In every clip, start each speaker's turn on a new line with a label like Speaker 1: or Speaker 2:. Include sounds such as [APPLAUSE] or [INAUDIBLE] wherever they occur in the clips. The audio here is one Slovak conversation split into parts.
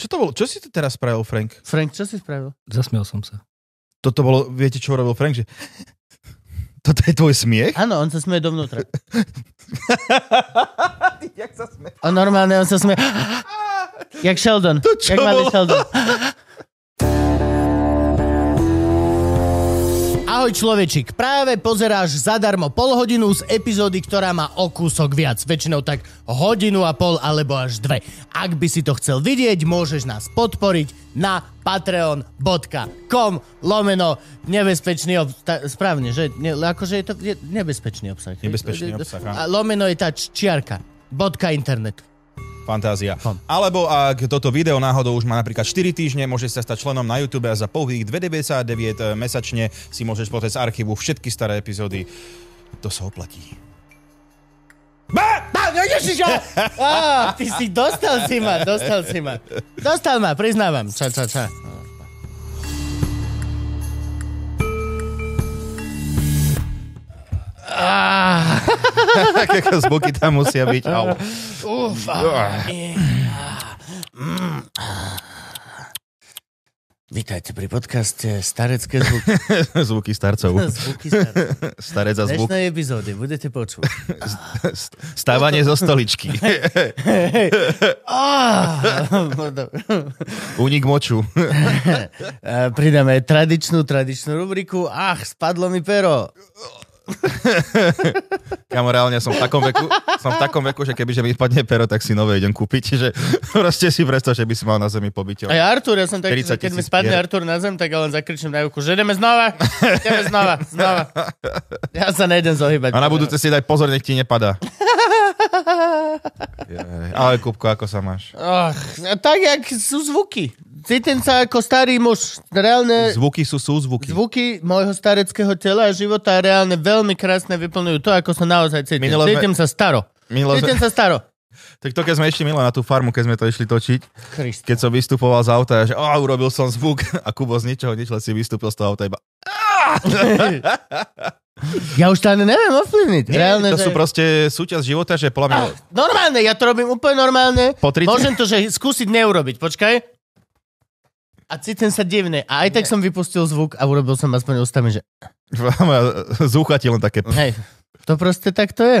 Speaker 1: Čo to bolo? Čo si to teraz spravil, Frank?
Speaker 2: Frank, čo si spravil?
Speaker 3: Zasmiel som sa.
Speaker 1: Toto bolo, viete, čo robil Frank? Že... [LAUGHS] Toto je tvoj smiech?
Speaker 2: Áno, on sa smeje dovnútra.
Speaker 1: Ty, [LAUGHS] jak sa smieš?
Speaker 2: On normálne, on sa
Speaker 1: [LAUGHS]
Speaker 2: smeje. Jak Sheldon.
Speaker 1: To čo
Speaker 2: jak malý
Speaker 1: bolo? [LAUGHS]
Speaker 2: Sheldon. Ahoj človečik, práve pozeráš zadarmo pol hodinu z epizódy, ktorá má o kúsok viac, väčšinou tak hodinu a pol alebo až dve. Ak by si to chcel vidieť, môžeš nás podporiť na patreon.com lomeno nebezpečný obsah. Správne, že? Ne, akože je to je nebezpečný obsah. hej?
Speaker 1: Nebezpečný obsah, áno.
Speaker 2: A lomeno je tá č- čiarka. Bodka internet.
Speaker 1: Fantázia.
Speaker 2: Hm.
Speaker 1: Alebo ak toto video náhodou už má napríklad 4 týždne, môžeš sa stať členom na YouTube a za pouhých 2,99 mesačne si môžeš pozrieť z archívu všetky staré epizódy. To sa [LAUGHS] oplatí.
Speaker 2: Á, Ježišo! Á, ty si dostal si ma, dostal si ma. Dostal ma, priznávam. Ča, ča, ča.
Speaker 1: Také zvuky tam musia byť. Au.
Speaker 2: Vítajte pri podcaste Starecké zvuky.
Speaker 1: Zvuky starcov.
Speaker 2: [LAUGHS] zvuky staré.
Speaker 1: Starec a zvuk. [LAUGHS]
Speaker 2: Dnešnej epizódy budete počuť.
Speaker 1: Stávanie zo [LAUGHS] stoličky.
Speaker 2: [LAUGHS] Á, no dobre.
Speaker 1: Unik moču.
Speaker 2: E, [LAUGHS] Pridáme tradičnú, tradičnú rubriku. Ach, spadlo mi pero.
Speaker 1: Kamo, reálne som v takom veku, som v takom veku, že kebyže mi spadne pero, tak si nové idem kúpiť. Že [LAUGHS] proste si predstav, že by si mal na zemi
Speaker 2: Aj
Speaker 1: pobyteľ.
Speaker 2: Artur, ja som taký, že
Speaker 1: 30
Speaker 2: keď mi
Speaker 1: tisíc
Speaker 2: spadne
Speaker 1: pier.
Speaker 2: Artur na zem, tak ja len zakričím na juku, že ideme znova, ideme znova, znova. Ja sa nejdem zohybať.
Speaker 1: A na budúce si daj pozor, nech ti
Speaker 2: [LAUGHS]
Speaker 1: nepadá. Jaj. Ale Kupko, ako sa máš?
Speaker 2: Ach, a tak, jak sú zvuky. Cítim sa ako starý muž. Reálne
Speaker 1: Zvuky sú súzvuky.
Speaker 2: zvuky môjho stareckého tela a života reálne veľmi krásne vyplňujú to, ako sa naozaj cítim.
Speaker 1: Minule sme-
Speaker 2: Cítim sa staro.
Speaker 1: Minule sme-
Speaker 2: Cítim sa staro.
Speaker 1: Tak to, keď sme išli milo na tú farmu, keď sme to išli točiť,
Speaker 2: Christ.
Speaker 1: keď som vystupoval z auta, ja že oh, urobil som zvuk [LAUGHS] a Kubo z ničoho nič len si vystúpil z toho auta iba.
Speaker 2: [LAUGHS] Ja už to ani neviem ovplyvniť.
Speaker 1: Nie,
Speaker 2: Reálne,
Speaker 1: to sú
Speaker 2: že- Ah.
Speaker 1: proste súťaž života, že podľa mňa...
Speaker 2: Normálne, ja to robím úplne normálne.
Speaker 1: Po 30?
Speaker 2: Môžem to, že skúsiť neurobiť, počkaj. A cítim sa divne. A aj tak som vypustil zvuk a urobil som aspoň ústami, že
Speaker 1: podľa mňa [LAUGHS] Z ucha ti len také...
Speaker 2: hej, to proste tak to je.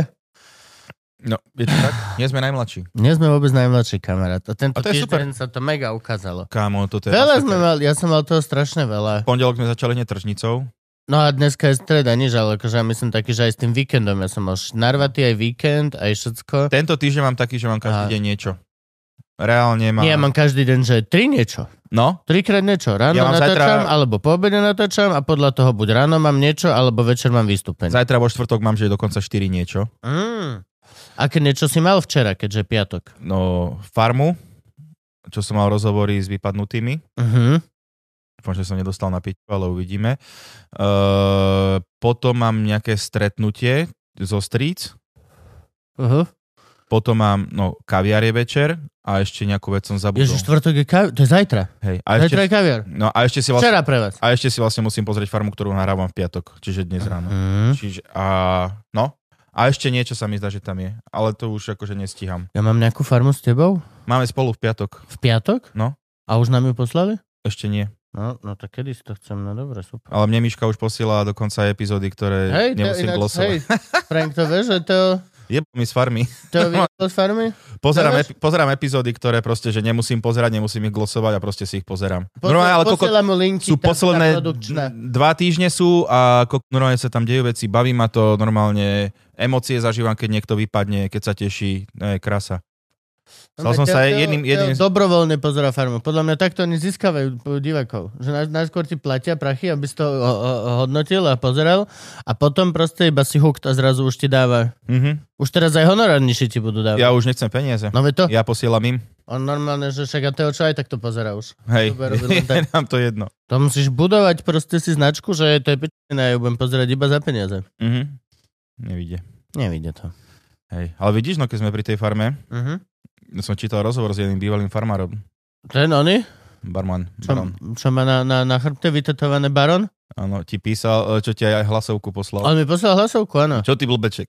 Speaker 1: No, je to tak? Nie sme najmladší.
Speaker 2: Nie sme vôbec najmladší kamarát. A tento
Speaker 1: A to je super.
Speaker 2: týždeň sa to mega ukázalo.
Speaker 1: Kámo, toto je...
Speaker 2: Veľa
Speaker 1: super.
Speaker 2: sme mali, ja som mal toho strašne veľa.
Speaker 1: V pondelok sme začali netržnicou.
Speaker 2: No a dneska je streda, nič, ale akože ja myslím taký, že aj s tým víkendom. Ja som mal š- narvatý aj víkend, aj všetko.
Speaker 1: Tento týždeň mám taký, že mám
Speaker 2: Aha.
Speaker 1: každý deň niečo. Reálne mám...
Speaker 2: Nie, ja mám každý deň, že tri niečo.
Speaker 1: No,
Speaker 2: Trikrát niečo. Ráno
Speaker 1: Ja mám
Speaker 2: natáčam,
Speaker 1: zajtra-
Speaker 2: alebo po obede natáčam a podľa toho buď ráno mám niečo, alebo večer mám vystúpenie.
Speaker 1: zajtra vo štvrtok mám, že je dokonca 4 niečo.
Speaker 2: Mm. Aké niečo si mal včera, keďže je piatok?
Speaker 1: No, farmu, čo som mal rozhovory s vypadnutými.
Speaker 2: Uh-huh.
Speaker 1: Dúfam, že som nedostal na piť, ale uvidíme. Uh, potom mám nejaké stretnutie zo Streets.
Speaker 2: Uh-huh.
Speaker 1: Potom mám, no, kaviarie večer a ešte nejakú vec som zabudol.
Speaker 2: Ježiš, štvrtok je kaviar. To je zajtra.
Speaker 1: Hej, a
Speaker 2: Zajtra je
Speaker 1: ešte,
Speaker 2: kaviar.
Speaker 1: no, a ešte si vlastne...
Speaker 2: Včera pre vás.
Speaker 1: A ešte si vlastne musím pozrieť farmu, ktorú nahrávam v piatok, čiže dnes ráno.
Speaker 2: Mm.
Speaker 1: Čiže a no, a ešte niečo sa mi zdá, že tam je, ale to už akože nestíham.
Speaker 2: Ja mám nejakú farmu s tebou?
Speaker 1: Máme spolu v piatok,
Speaker 2: V piatok?
Speaker 1: No.
Speaker 2: A už nám ju poslali?
Speaker 1: ešte nie.
Speaker 2: No, no tak kedy si to chcem, no dobre, super.
Speaker 1: Ale mne Miška už posiela dokonca epizódy, ktoré hej,
Speaker 2: Hej, to,
Speaker 1: nemusím
Speaker 2: inak, hej,
Speaker 1: glosovať.
Speaker 2: Frank, to vieš, že to,
Speaker 1: Jeb mi s farmy. [LAUGHS]
Speaker 2: to videl z farmy?
Speaker 1: Pozerám,
Speaker 2: Dávaš?
Speaker 1: epi- pozerám epizódy, ktoré proste, že nemusím pozerať, nemusím ich glosovať a proste si ich pozerám.
Speaker 2: Poslal-
Speaker 1: Normálne, No, ale koko,
Speaker 2: posielam mu
Speaker 1: sú
Speaker 2: linky,
Speaker 1: Mm,
Speaker 2: tá- tá
Speaker 1: posledné
Speaker 2: produkčná.
Speaker 1: d- dva týždne sú a koko, normálne sa tam dejú veci, baví ma to normálne, emócie zažívam, keď niekto vypadne, keď sa teší, to je krása. Stal som sa
Speaker 2: Teo-
Speaker 1: jedným-
Speaker 2: Teo
Speaker 1: jedným-
Speaker 2: Dobrovoľne pozera farmu. Podľa mňa takto oni získavajú p- divákov. Že naj- najskôr ti platia prachy, aby si to o- o- hodnotil a pozeral a potom proste iba si hooked a zrazu už ti dáva.
Speaker 1: Mhm.
Speaker 2: Už teraz aj honorárnejší ti budú dávať.
Speaker 1: Ja už nechcem peniaze.
Speaker 2: No veď to,
Speaker 1: Ja posielam im.
Speaker 2: on normálne, že však a Teo čo aj takto pozera už.
Speaker 1: Hej,
Speaker 2: Dobre, robím
Speaker 1: [LAUGHS]
Speaker 2: len tak.
Speaker 1: je nám to jedno.
Speaker 2: To musíš budovať proste si značku, že to je pečené a ju budem pozerať iba za peniaze.
Speaker 1: Mhm. Nevidie.
Speaker 2: Nevidie to.
Speaker 1: Hej. Ale vidíš, no keď sme pri tej farme,
Speaker 2: Uh-huh.
Speaker 1: som čítal rozhovor s jedným bývalým farmárom.
Speaker 2: Ten no, oni,
Speaker 1: Barman.
Speaker 2: čo,
Speaker 1: Baron.
Speaker 2: čo má na, na, na chrbte vytetované baron?
Speaker 1: Áno, ti písal, e, čo ti aj hlasovku poslal.
Speaker 2: On mi poslal hlasovku, áno.
Speaker 1: [LAUGHS] Čo ty blbeček?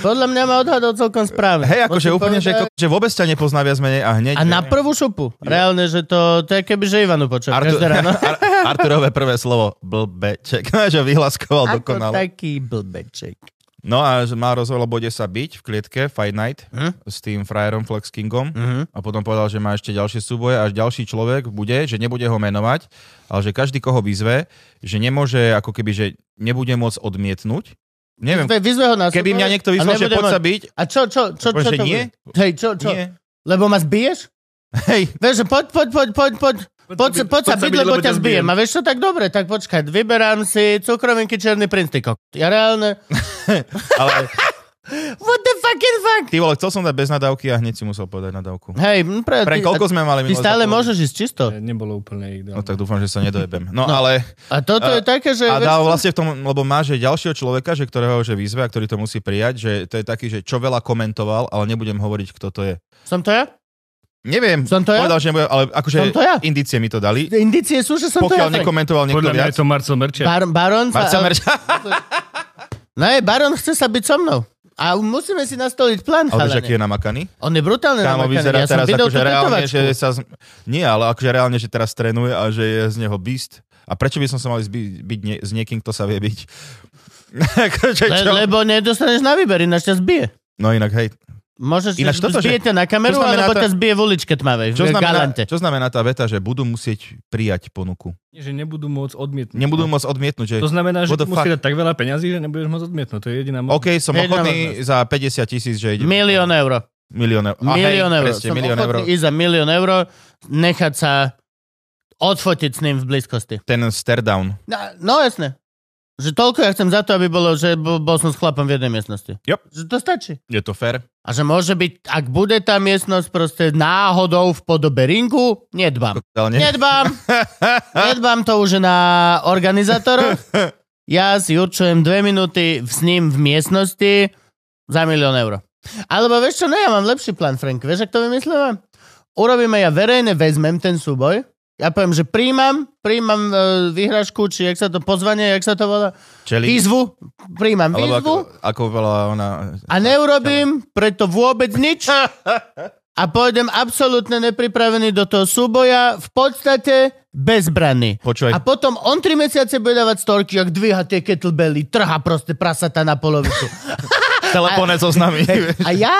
Speaker 2: Podľa mňa ma odhadol celkom správne.
Speaker 1: Hej, akože
Speaker 2: Musím
Speaker 1: úplne, že,
Speaker 2: povedať.
Speaker 1: že vôbec ťa nepozná viac menej a hneď...
Speaker 2: A na prvú šupu. Reálne, že to, to je keby, že Ivanu počul.
Speaker 1: Artu- [LAUGHS]
Speaker 2: Každé ráno.
Speaker 1: Ar- Arturové prvé slovo, blbeček, [LAUGHS] že vyhlaskoval
Speaker 2: Ako
Speaker 1: dokonale.
Speaker 2: taký blbeček.
Speaker 1: No a že má rozhovor, lebo bude sa byť v klietke Fight Night
Speaker 2: Hm?
Speaker 1: s tým frajerom Flex Kingom
Speaker 2: Mhm.
Speaker 1: a potom povedal, že má ešte ďalšie súboje až ďalší človek bude, že nebude ho menovať, ale že každý, koho vyzve, že nemôže, ako keby, že nebude môcť odmietnúť. Neviem,
Speaker 2: Ve- Vyzve ho na
Speaker 1: keby
Speaker 2: súboj
Speaker 1: mňa niekto
Speaker 2: a
Speaker 1: vyzval, že
Speaker 2: nebude
Speaker 1: poď
Speaker 2: mať-
Speaker 1: sa byť,
Speaker 2: A čo, čo, čo,
Speaker 1: Poviem,
Speaker 2: čo,
Speaker 1: že
Speaker 2: to
Speaker 1: nie?
Speaker 2: bude? Hej, čo, čo?
Speaker 1: nie.
Speaker 2: Lebo ma zbiješ?
Speaker 1: Hej,
Speaker 2: Vieš, že poď, poď, poď, poď, poď. Poď, sa- poď sa byť, lebo ťa zbijem.
Speaker 3: zbijem.
Speaker 2: A vieš čo, tak dobre, tak počkaj, vyberám si cukrovinky Černý princ, ty kok. Ja reálne...
Speaker 1: ale
Speaker 2: What the fucking fuck?
Speaker 1: ty vole, chcel som dať bez nadávky a hneď si musel povedať nadávku.
Speaker 2: Hej, m, pre,
Speaker 1: Pre
Speaker 2: ty,
Speaker 1: koľko
Speaker 2: a,
Speaker 1: sme mali
Speaker 2: ty
Speaker 1: minule za
Speaker 2: stále
Speaker 1: povedať?
Speaker 2: môžeš ísť čisto.
Speaker 3: Nebolo úplne
Speaker 1: No
Speaker 3: ideálne.
Speaker 1: tak dúfam, že sa nedojebem. No, ale...
Speaker 2: A toto je také, že...
Speaker 1: A
Speaker 2: vieš
Speaker 1: dá
Speaker 2: čo?
Speaker 1: vlastne v tom, lebo má, že ďalšieho človeka, že ktorého že výzve a ktorý to musí prijať, že to je taký, že čo veľa komentoval, ale nebudem hovoriť, kto to je.
Speaker 2: Som to ja?
Speaker 1: Neviem,
Speaker 2: Som to ja?
Speaker 1: povedal, že nebudem, ale akože
Speaker 2: Som to ja?
Speaker 1: indície mi to dali.
Speaker 2: Indicie sú, že som to
Speaker 1: Pokiaľ
Speaker 2: ja. Frank.
Speaker 1: nekomentoval niekto
Speaker 3: Podľa mňa
Speaker 1: viac.
Speaker 3: je to Marcel Merčia.
Speaker 2: Bar, baron sa...
Speaker 1: Marcel
Speaker 2: [LAUGHS]
Speaker 1: Merča,
Speaker 2: Ne, Baron chce sa byť so mnou. A musíme si nastoliť plán,
Speaker 1: ale že aký
Speaker 2: chalane.
Speaker 1: je namakaný.
Speaker 2: On je brutálne
Speaker 1: Kámo
Speaker 2: namakaný.
Speaker 1: vyzerá
Speaker 2: Ja som
Speaker 1: teraz
Speaker 2: videl
Speaker 1: akože
Speaker 2: tú
Speaker 1: reálne,
Speaker 2: tetovačku.
Speaker 1: že sa... z- Nie, ale akože reálne, že teraz trénuje a že je z neho beast. A prečo by som sa mal zbi- byť nie, s niekým, kto sa vie byť? [LAUGHS] akože
Speaker 2: Le,
Speaker 1: čo?
Speaker 2: lebo nedostaneš na výber, ináč ťa zbije.
Speaker 1: No inak, hej,
Speaker 2: Môžeš,
Speaker 1: Ináč toto, že-
Speaker 2: zbije ťa na kameru,
Speaker 1: čo znamená
Speaker 2: alebo
Speaker 1: tá-
Speaker 2: ťa zbije v uličke tmavej.
Speaker 1: čo
Speaker 2: v
Speaker 1: znamená,
Speaker 2: Galante.
Speaker 1: čo znamená tá veta, že budú musieť prijať ponuku?
Speaker 3: Nie, Že nebudú môcť odmietnúť.
Speaker 1: Nebudú môcť odmietnúť, že
Speaker 3: No. To znamená, že
Speaker 1: What the
Speaker 3: musí
Speaker 1: fuck?
Speaker 3: dať tak veľa peňazí, že nebudeš môcť odmietnúť. To je jediná možnosť.
Speaker 1: OK, som
Speaker 2: Jedna
Speaker 1: ochotný za 50 tisíc, že ide.
Speaker 2: no, Milión eur.
Speaker 1: Milión eur. A
Speaker 2: Milión
Speaker 1: hej,
Speaker 2: eur.
Speaker 1: Presne,
Speaker 2: Som
Speaker 1: milión eur.
Speaker 2: ochotný ísť za milión eur, nechať sa odfotiť s ním v blízkosti.
Speaker 1: Ten stare down.
Speaker 2: No, no jasne. Že toľko ja chcem za to, aby bolo, že bo- bol som s chlapom v jednej miestnosti.
Speaker 1: Yep.
Speaker 2: Že to stačí.
Speaker 1: Je to fair?
Speaker 2: A že môže byť, ak bude tá miestnosť proste náhodou v podobe ringu, nedbám.
Speaker 1: Ale [LAUGHS] nie.
Speaker 2: Nedbám. Nedbám to už na
Speaker 1: [LAUGHS]
Speaker 2: organizátorov. Ja si určujem dve minúty s ním v miestnosti za milión eur. Alebo vieš čo, ne, ja mám lepší plán, Frank. Vieš, ak to vymyslíme? Urobíme, ja verejne vezmem ten súboj. Ja poviem, že príjmam, príjmam e, vyhražku, či jak sa to pozvanie, jak sa to volá,
Speaker 1: Čeli.
Speaker 2: výzvu. Príjmam
Speaker 1: Alebo ako,
Speaker 2: výzvu
Speaker 1: ako bola ona...
Speaker 2: a neurobím preto vôbec nič a pôjdem absolútne nepripravený do toho súboja, v podstate bezbranný.
Speaker 1: Počúvaj,
Speaker 2: A potom on tri mesiace bude dávať storky, ak dvíha tie kettlebelly, trha proste prasata na polovicu.
Speaker 1: telefónne so znami. [LAUGHS]
Speaker 2: A ja?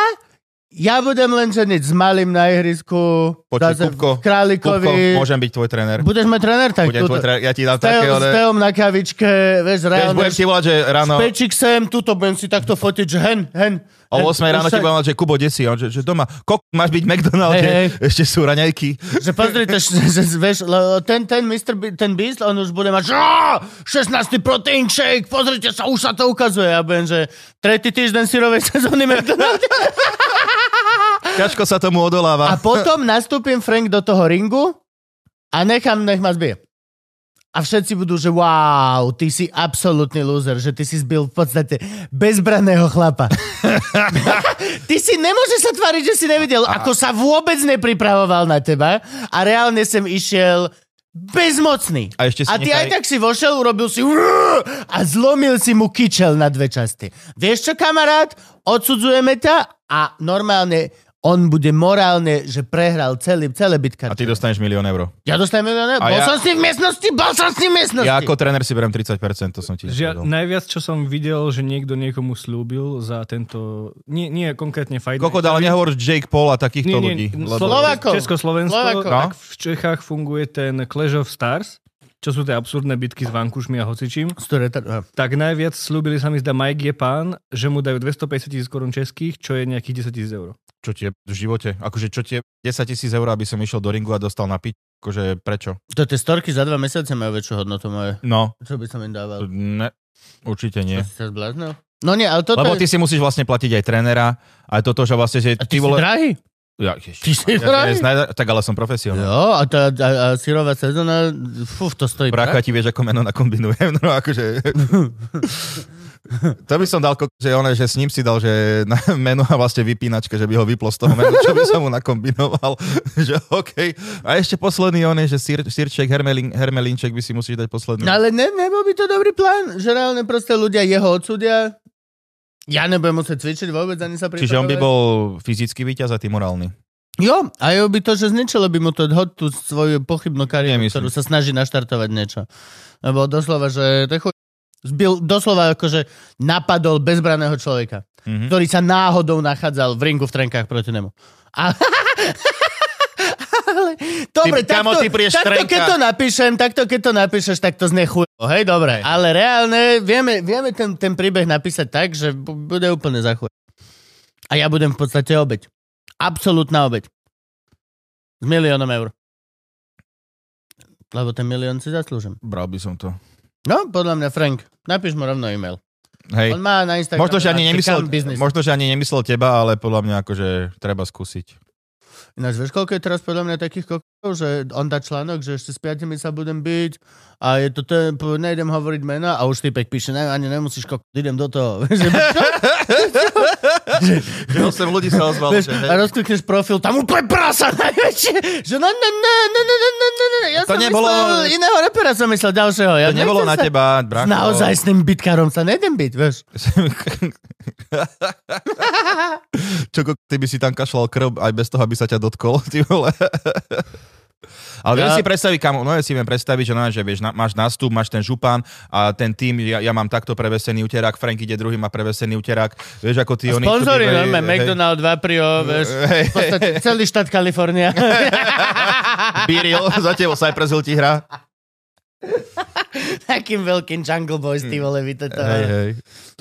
Speaker 2: Ja budem len ženiť s malým na ihrisku.
Speaker 1: Počuj,
Speaker 2: zase v
Speaker 1: Kupko,
Speaker 2: Králikovi.
Speaker 1: Kupko, môžem byť tvoj tréner.
Speaker 2: Budeš mať tréner, tak
Speaker 1: Budem tvoj tréner, ja ti dám
Speaker 2: S Teom-
Speaker 1: také,
Speaker 2: S
Speaker 1: ale...
Speaker 2: Teom na kavičke, vieš,
Speaker 1: Vieš,
Speaker 2: reálne.
Speaker 1: budem ti no. volať, že ráno...
Speaker 2: Pečik sem, tuto budem si takto fotiť, že hen, hen.
Speaker 1: O
Speaker 2: hen.
Speaker 1: 8 ráno ti
Speaker 2: Už sa-
Speaker 1: budem volať, že Kubo, kde si? A on, Že, že doma. Kok, máš byť v McDonalde?
Speaker 2: Hej, hej.
Speaker 1: Ešte sú raňajky.
Speaker 2: Že pozrite, že, že, vieš, le- no, ten, ten Mr. Be- ten Beast, on už bude mať, že "Á, 16. protein shake, pozrite sa, už sa to ukazuje. A budem, že tretí týždeň syrovej sezóny McDonald's.
Speaker 1: Ťažko sa tomu
Speaker 2: A
Speaker 1: odoláva.
Speaker 2: potom nastúpim Frank do toho ringu a nechám, nech ma zbije. A všetci budú, že wow, ty si absolútny loser, že ty si zbil v podstate bezbranného
Speaker 1: [LAUGHS]
Speaker 2: chlapa. ty si nemôžeš sa tváriť, že si nevidel, ako sa vôbec nepripravoval na teba a reálne sem išiel bezmocný.
Speaker 1: A ešte si
Speaker 2: A ty
Speaker 1: nechaj-
Speaker 2: aj tak si vošiel, urobil si a zlomil si mu kyčel na dve časti. Vieš čo, kamarát? Odsudzujeme ťa a normálne on bude morálne, že prehral celý, celé
Speaker 1: A
Speaker 2: bitka.
Speaker 1: ty dostaneš milión eur.
Speaker 2: Ja dostanem milión eur.
Speaker 1: A
Speaker 2: Bol
Speaker 1: ja-
Speaker 2: som s ním v miestnosti, bol som s ním v miestnosti.
Speaker 1: Ja ako tréner si berem 30%, to som ti
Speaker 3: Žia,
Speaker 1: povedal.
Speaker 3: najviac, čo som videl, že niekto niekomu slúbil za tento... Nie, nie konkrétne Fight Night.
Speaker 1: Kokot, ale nehovor Jake Paul a takýchto ľudí. Lebo...
Speaker 2: Slova- Slovákov.
Speaker 3: Československo,
Speaker 2: Slovákov.
Speaker 3: tak v Čechách funguje ten Clash of Stars, čo sú tie absurdné bitky s vankušmi a hocičím.
Speaker 2: Ktoré tar- aha.
Speaker 3: Tak najviac slúbili sa mi zdá Mike Jepán, že mu dajú 250 tisíc korún českých, čo je nejakých 10 tisíc eur.
Speaker 1: Čo tie v živote? Akože čo tie 10 tisíc eur, aby som išiel do ringu a dostal na piť? Akože prečo?
Speaker 2: To tie storky za dva mesiace majú väčšiu hodnotu moje.
Speaker 1: No,
Speaker 2: Čo by som im dával?
Speaker 1: ne, určite nie.
Speaker 2: Čo si sa zbláznil? No nie, ale toto
Speaker 1: Lebo ty si
Speaker 2: je...
Speaker 1: musíš vlastne platiť aj trénera, aj toto, že vlastne... Že
Speaker 2: A ty, ty si drahý?
Speaker 1: ja, ježiš,
Speaker 2: Ty si
Speaker 1: ja- ja-
Speaker 2: drahý?
Speaker 1: ja- Tak ale som profesionál.
Speaker 2: Jo, a tá a, a sírová sezóna, fuf, to stojí.
Speaker 1: Brácha ti vieš, ako meno nakombinujem. No akože... To by som dal, ko- že, one, že s ním si dal že na meno a vlastne vypínačka, že by ho vyplo z toho menu, čo by som mu nakombinoval. [LAUGHS] že OK. A ešte posledný on je, že sír, sírček, hermelin, hermelinček by si musíš dať posledný.
Speaker 2: No ale ne, nebol by to dobrý plán, že reálne proste ľudia jeho odsudia. Ja nebudem musieť cvičiť vôbec, ani sa pripravovať.
Speaker 1: Čiže on by bol fyzicky víťaz a ty morálny.
Speaker 2: Jo, a jo by to, že zničilo by mu to hod tú svoju pochybnú kariéru,
Speaker 1: Nemyslím.
Speaker 2: ktorú sa snaží naštartovať niečo. Lebo doslova, že to je chuj... Zbil, doslova akože napadol bezbraného človeka,
Speaker 1: Mhm.
Speaker 2: ktorý sa náhodou nachádzal v ringu v trenkách proti nemu. A... Ale- Dobre,
Speaker 1: Ty, kamo,
Speaker 2: takto,
Speaker 1: ty prídeš
Speaker 2: takto
Speaker 1: trenka.
Speaker 2: keď to napíšem, takto keď to napíšeš, tak to znie chuj. Hej, dobre. Ale reálne vieme, vieme ten, ten príbeh napísať tak, že bu- bude úplne za chuj. A ja budem v podstate obeď. Absolutná obeď. S miliónom eur. Lebo ten milión si zaslúžim.
Speaker 1: Bral by som to.
Speaker 2: No, podľa mňa Frank. Napíš mu rovno e-mail.
Speaker 1: Hej.
Speaker 2: On má na Instagram.
Speaker 1: Možno že, ani nemyslel,
Speaker 2: Biznis. Mož...
Speaker 1: možno, že ani nemyslel teba, ale podľa mňa akože treba skúsiť.
Speaker 2: Ináč, vieš, koľko je teraz podľa mňa takých kokov, že on dá článok, že ešte s piatimi sa budem byť a je to ten, po- nejdem hovoriť mena a už typek píše, ne, ani nemusíš kokot, idem do toho. [LAUGHS]
Speaker 1: [LAUGHS]
Speaker 2: Vieš, že-
Speaker 1: Že 8 ľudí sa ozvalo,
Speaker 2: vieš, a rozklikneš profil, tam úplne prasa najväčšie, že no, no, no, no, no, no, no, no, no, ja
Speaker 1: To
Speaker 2: som
Speaker 1: nebolo-
Speaker 2: myslel, iného repera som myslel, ďalšieho. Ja
Speaker 1: To nebolo
Speaker 2: nechcem
Speaker 1: na
Speaker 2: sa...
Speaker 1: teba,
Speaker 2: S
Speaker 1: Branko.
Speaker 2: naozajstným bitkárom sa nejdem byť, vieš.
Speaker 1: Čo, ko- ty by si tam kašľal krv aj bez toho, aby sa ťa dotkol, [LAUGHS] ty vole. Ale viem
Speaker 2: Ja-
Speaker 1: si predstaviť, kam, no ja si viem predstaviť, že, no, že vieš, na, máš nástup, máš ten župan a ten tým, ja, ja mám takto prevesený uterák, Frank ide druhý, má prevesený uterák, vieš, ako ty oni...
Speaker 2: Sponzory,
Speaker 1: chodí-
Speaker 2: normálne,
Speaker 1: hej,
Speaker 2: McDonald, Vaprio, vieš,
Speaker 1: Hej,
Speaker 2: v podstate celý štát
Speaker 1: [LAUGHS]
Speaker 2: Kalifornia.
Speaker 1: Biril, za tebou Cypress Hill ti hrá.
Speaker 2: Takým veľkým Jungle Boys, ty vole,
Speaker 1: Hej,
Speaker 2: vytetovali.
Speaker 1: hej,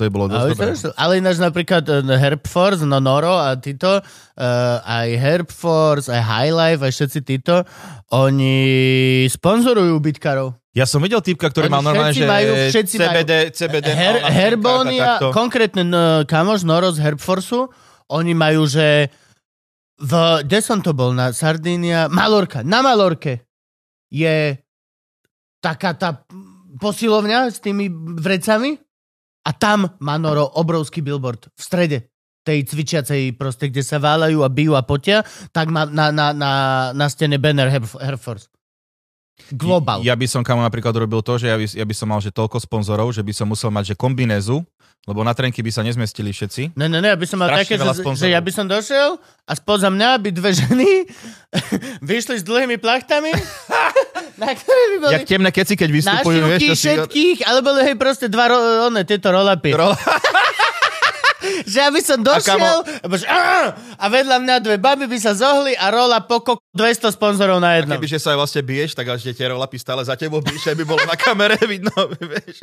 Speaker 1: to je bolo dosť
Speaker 2: Ale,
Speaker 1: dobré.
Speaker 2: to- ale ináč napríklad eh, Herb Force, no Noro a títo, eh, aj Herb Force, aj High Life, aj všetci títo, oni sponzorujú bitkarov.
Speaker 1: Ja som videl typka, ktorý
Speaker 2: Oni
Speaker 1: mal normálne,
Speaker 2: všetci
Speaker 1: že
Speaker 2: majú,
Speaker 1: eh,
Speaker 2: všetci
Speaker 1: CBD, CBD,
Speaker 2: Her,
Speaker 1: mal na no,
Speaker 2: Herbonia,
Speaker 1: a vlastne takto.
Speaker 2: konkrétne no, kamoš Noro z Herbforsu, oni majú, že v, kde som to bol, na Sardínia, Malorka, na Malorke je taká tá posilovňa s tými vrecami a tam má Noro obrovský billboard v strede tej cvičiacej proste, kde sa váľajú a bijú a potia, tak má na, na, na, na stene banner Herf- Herforce. Global.
Speaker 1: Ja by som kamo napríklad robil to, že ja by, ja by som mal že toľko sponzorov, že by som musel mať že kombinézu, lebo na trenky by sa nezmestili všetci.
Speaker 2: Ne, ne, ne, ja by som mal
Speaker 1: Strašne
Speaker 2: také,
Speaker 1: veľa
Speaker 2: že,
Speaker 1: sponzorov.
Speaker 2: že ja by som došiel a spoza mňa by dve [LAUGHS] ženy vyšli s dlhými
Speaker 1: [LAUGHS]
Speaker 2: plachtami, na ktoré by boli
Speaker 1: Jak temné keci, keď vystupujú, vieš,
Speaker 2: nášivky
Speaker 1: to si...
Speaker 2: všetkých, alebo hej, proste dva ro- one, tieto rolapy.
Speaker 1: Rola-
Speaker 2: že ja by som došiel a, bože, "Arr!" a vedľa mňa dve baby by sa zohli a rola poko 200 sponzorov na
Speaker 1: [LAUGHS]
Speaker 2: jednom.
Speaker 1: Kebyže sa aj vlastne biješ, tak až tie tie rolapy stále za tebou biješ, aby bolo na kamere vidno, [LAUGHS] vieš.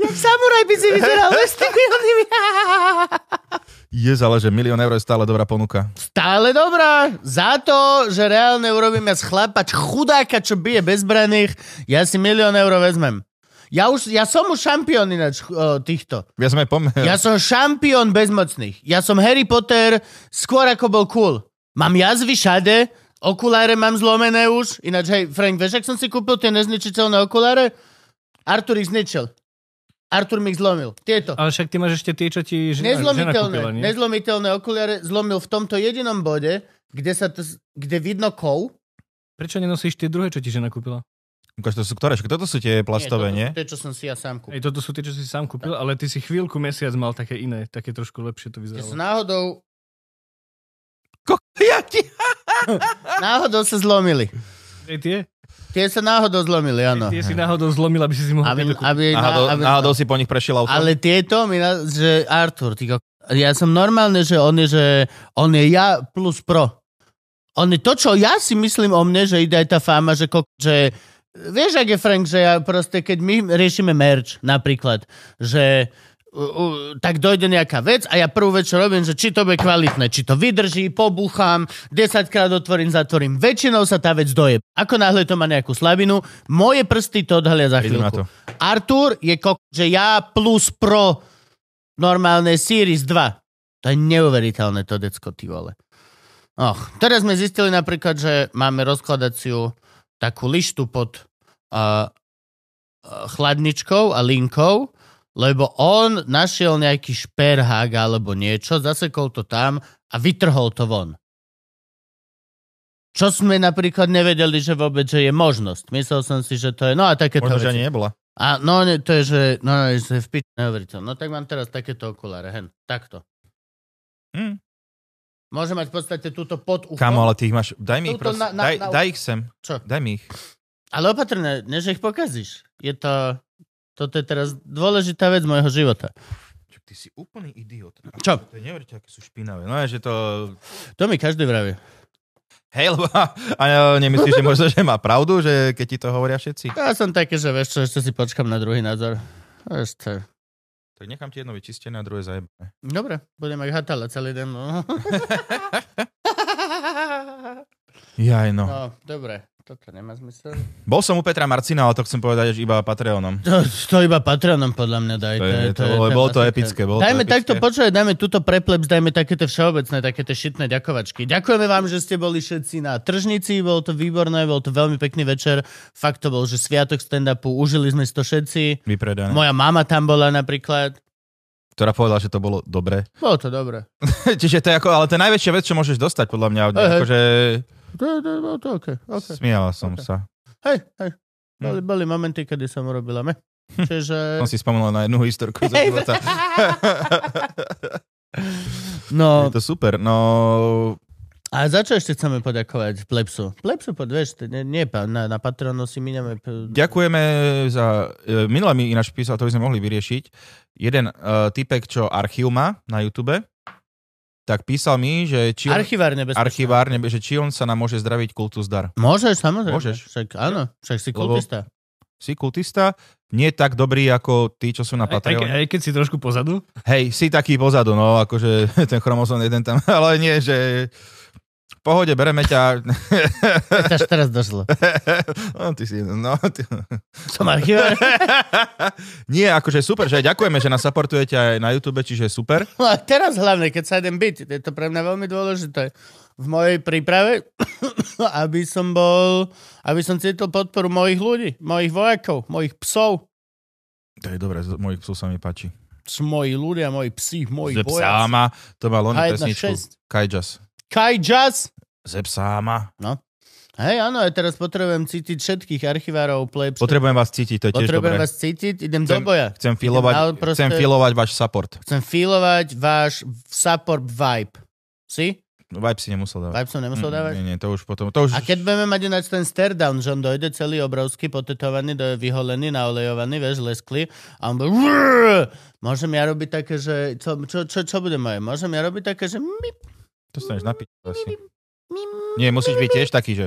Speaker 2: Jak samuraj by si
Speaker 1: [LAUGHS]
Speaker 2: vyzeral bez tými onými. [LAUGHS]
Speaker 1: Jez, ale že milión eur je stále dobrá ponuka.
Speaker 2: Stále dobrá. Za to, že reálne urobím ja z chlapa č- chudáka, čo bije bezbraných, ja si milión eur vezmem. Ja, už, ja som už šampión ináč ch- o, týchto.
Speaker 1: Ja sme pom...
Speaker 2: Ja som šampión bezmocných. Ja som Harry Potter skôr ako bol cool. Mám jazvy všade, okuláre mám zlomené už. Ináč, hej, Frank, vieš, ak som si kúpil tie nezničiteľné okuláre? Artur ich zničil. Artur mi ich zlomil. Tieto.
Speaker 3: Ale však ty máš ešte tie, čo ti žena, žena
Speaker 2: Nezlomiteľné,
Speaker 3: kúpila, nie?
Speaker 2: nezlomiteľné okuliare zlomil v tomto jedinom bode, kde, sa to, s- kde vidno kov.
Speaker 3: Prečo nenosíš tie druhé, čo ti žena kúpila?
Speaker 1: Ukáž, to sú ktoré? Kto to sú tie plastové, nie?
Speaker 2: To je, čo som si ja sám kúpil.
Speaker 3: Ej, toto sú tie, čo si sám kúpil, ale ty si chvíľku, mesiac mal také iné, také trošku lepšie
Speaker 2: Keď
Speaker 3: to vyzeralo.
Speaker 2: som náhodou,
Speaker 1: Ko-
Speaker 2: [LAUGHS]
Speaker 1: ja ti...
Speaker 2: náhodou sa zlomili.
Speaker 3: Ej, tie?
Speaker 2: Tie sa náhodou zlomili, áno.
Speaker 3: Tie si náhodou zlomil, aby si si mohol
Speaker 2: Aby,
Speaker 3: tieto kúpiť.
Speaker 2: aby,
Speaker 1: Náhodou,
Speaker 2: aby,
Speaker 1: náhodou si po nich prešiel auto.
Speaker 2: no. ale tieto, mi na, že Artur, ty, kok- ja som normálne, že on je, že on je ja plus pro. On je to, čo ja si myslím o mne, že ide aj tá fáma, že, kok, že vieš, ak je Frank, že ja proste, keď my riešime merch napríklad, že u, u, tak dojde nejaká vec a ja prvú vec, čo robím, že či to bude kvalitné, či to vydrží, pobuchám, 10 krát otvorím, zatvorím. Väčšinou sa tá vec doje. Ako náhle to má nejakú slabinu, moje prsty to odhalia za
Speaker 1: Idem na to.
Speaker 2: chvíľku. Artur je kok, že ja plus pro normálne Series 2. To je neuveriteľné to decko, ty vole. Och, teraz sme zistili napríklad, že máme rozkladaciu takú lištu pod uh, uh, chladničkou a linkou lebo on našiel nejaký šperhák alebo niečo, zasekol to tam a vytrhol to von. Čo sme napríklad nevedeli, že vôbec, že je možnosť. Myslel som si, že to je... No a takéto
Speaker 1: Možno, že
Speaker 2: veci.
Speaker 1: ani nebola.
Speaker 2: A no, ne, to je, že... No, no, že v piči nehovorí to. No tak mám teraz takéto okuláre, hen. Takto.
Speaker 1: Hm.
Speaker 2: Môže mať v podstate túto pod uchom.
Speaker 1: Kámo, ale ty ich máš... Daj mi ich,
Speaker 2: Túto
Speaker 1: prosím.
Speaker 2: na- na-
Speaker 1: daj,
Speaker 2: na-
Speaker 1: daj ich sem.
Speaker 2: Čo?
Speaker 1: Daj mi ich.
Speaker 2: Ale opatrne, ne, že ich pokazíš. Je to... Toto je teraz dôležitá vec môjho života.
Speaker 1: Čo, ty si úplný idiot.
Speaker 2: Čo?
Speaker 1: To je neuveriteľné, aké sú špinavé. No je, že to...
Speaker 2: To mi každý vraví.
Speaker 1: Hej, lebo... [LAUGHS] A nemyslíš, že možno, že má pravdu, že keď ti to hovoria všetci?
Speaker 2: Ja som taký, že vieš čo, ešte si počkam na druhý názor. Vieš čo.
Speaker 1: Tak nechám ti jedno vyčistené a druhé zajebané.
Speaker 2: Dobre, budem aj hatala celý deň.
Speaker 1: [LAUGHS]
Speaker 2: No.
Speaker 1: Jaj, no.
Speaker 2: no, dobre. Toto nemá zmysel.
Speaker 1: Bol som u Petra Marcina, ale to chcem povedať, že iba Patreonom.
Speaker 2: To, to iba Patreonom podľa mňa daj.
Speaker 1: To je- to bolo- bolo to
Speaker 2: vlastne-
Speaker 1: epické, bolo to
Speaker 2: dajme
Speaker 1: epické.
Speaker 2: takto, počúvaj, dajme túto prepleps, dajme také tie všeobecné, také tie šitné ďakovačky. Ďakujeme vám, že ste boli všetci na tržnici, bolo to výborné, bol to veľmi pekný večer. Fakt to bol, že sviatok stand-upu, užili sme si to všetci.
Speaker 1: Vypredané.
Speaker 2: Moja mama tam bola napríklad.
Speaker 1: Ktorá povedala, že to bolo dobre. [LAUGHS]
Speaker 2: Bolo to dobré.
Speaker 1: Čiže to je ako, ale to je najväčšia vec, čo môžeš dostať podľa mňa. od nej.
Speaker 2: Hej, hej.
Speaker 1: Akože
Speaker 2: To, to, bolo to okay, okay.
Speaker 1: smiala som
Speaker 2: Ok.
Speaker 1: sa.
Speaker 2: Hej, hej. Boli, boli momenty, kedy som urobila
Speaker 1: [LAUGHS]
Speaker 2: me. Čiže...
Speaker 1: Hm. Som si spomenul na jednu historku zo
Speaker 2: Hej, [LAUGHS]
Speaker 1: života.
Speaker 2: No,
Speaker 3: No.
Speaker 1: Je to super. No,
Speaker 2: a za čo ešte chceme poďakovať Plepsu? Plepsu pod, vieš, to nie, nie pa- na, na Patronu si miniame...
Speaker 1: ďakujeme za... e, Minule mi ináč písal, to by sme mohli vyriešiť. Jeden uh, typek, čo archív má na YouTube, tak písal mi, že či on,
Speaker 2: Archivár nebezpečný.
Speaker 1: archivár, nebe, že či on sa nám môže zdraviť kultu zdar.
Speaker 2: Môžeš, samozrejme.
Speaker 1: Môžeš.
Speaker 2: Však, áno, však si
Speaker 1: Lebo-
Speaker 2: kultista.
Speaker 1: Si kultista, nie tak dobrý ako tí, čo sú na
Speaker 3: Aj, aj,
Speaker 1: Patreone.
Speaker 3: aj keď si trošku pozadu.
Speaker 1: Hej, si taký pozadu, no, akože [LAUGHS] ten chromozón jeden tam, [LAUGHS] ale nie, že v pohode, bereme ťa. [LAUGHS]
Speaker 2: Lebo... Až teraz došlo.
Speaker 1: no, ty si, no, ty...
Speaker 2: Som archivár.
Speaker 1: nie, akože super, že ďakujeme, že nás supportujete aj na YouTube, čiže super.
Speaker 2: No a teraz hlavne, keď sa idem byť, je to pre mňa veľmi dôležité. V mojej príprave, [COUGHS] aby som bol, aby som cítil podporu mojich ľudí, mojich vojakov, mojich psov,
Speaker 1: To je dobré, z mojich psov sa mi páči.
Speaker 2: s moji ľudia, moji psi, moji
Speaker 1: Ze psáma, to mal on
Speaker 2: H1.6.
Speaker 1: pesničku. Kajjas.
Speaker 2: Kaj jazz!
Speaker 1: Ze psáma.
Speaker 2: Hej, áno, ja teraz potrebujem cítiť všetkých archivárov, plebs.
Speaker 1: Potrebujem vás cítiť, to je tiež
Speaker 2: Potrebujem
Speaker 1: dobré.
Speaker 2: vás cítiť, idem do
Speaker 1: Chcem-
Speaker 2: boja.
Speaker 1: Chcem filovať,
Speaker 2: Ale proste-
Speaker 1: chcem filovať váš support.
Speaker 2: Chcem filovať váš support vibe. Si?
Speaker 1: Vibe si nemusel dávať.
Speaker 2: Vibe som nemusel dávať?
Speaker 1: Mm, Nie, nie, to už potom, to už...
Speaker 2: A keď budeme mať ináč ten stare down, že on dojde celý obrovský, potetovaný, do, vyholený, naolejovaný, vieš, lesklý, a on bude... Môžem ja robiť také, že... Čo, čo, čo, čo bude moje? Môžem ja robiť také, že... mip,
Speaker 1: To staneš na piču asi.
Speaker 2: mip.
Speaker 1: Nie, musíš byť tiež taký, že...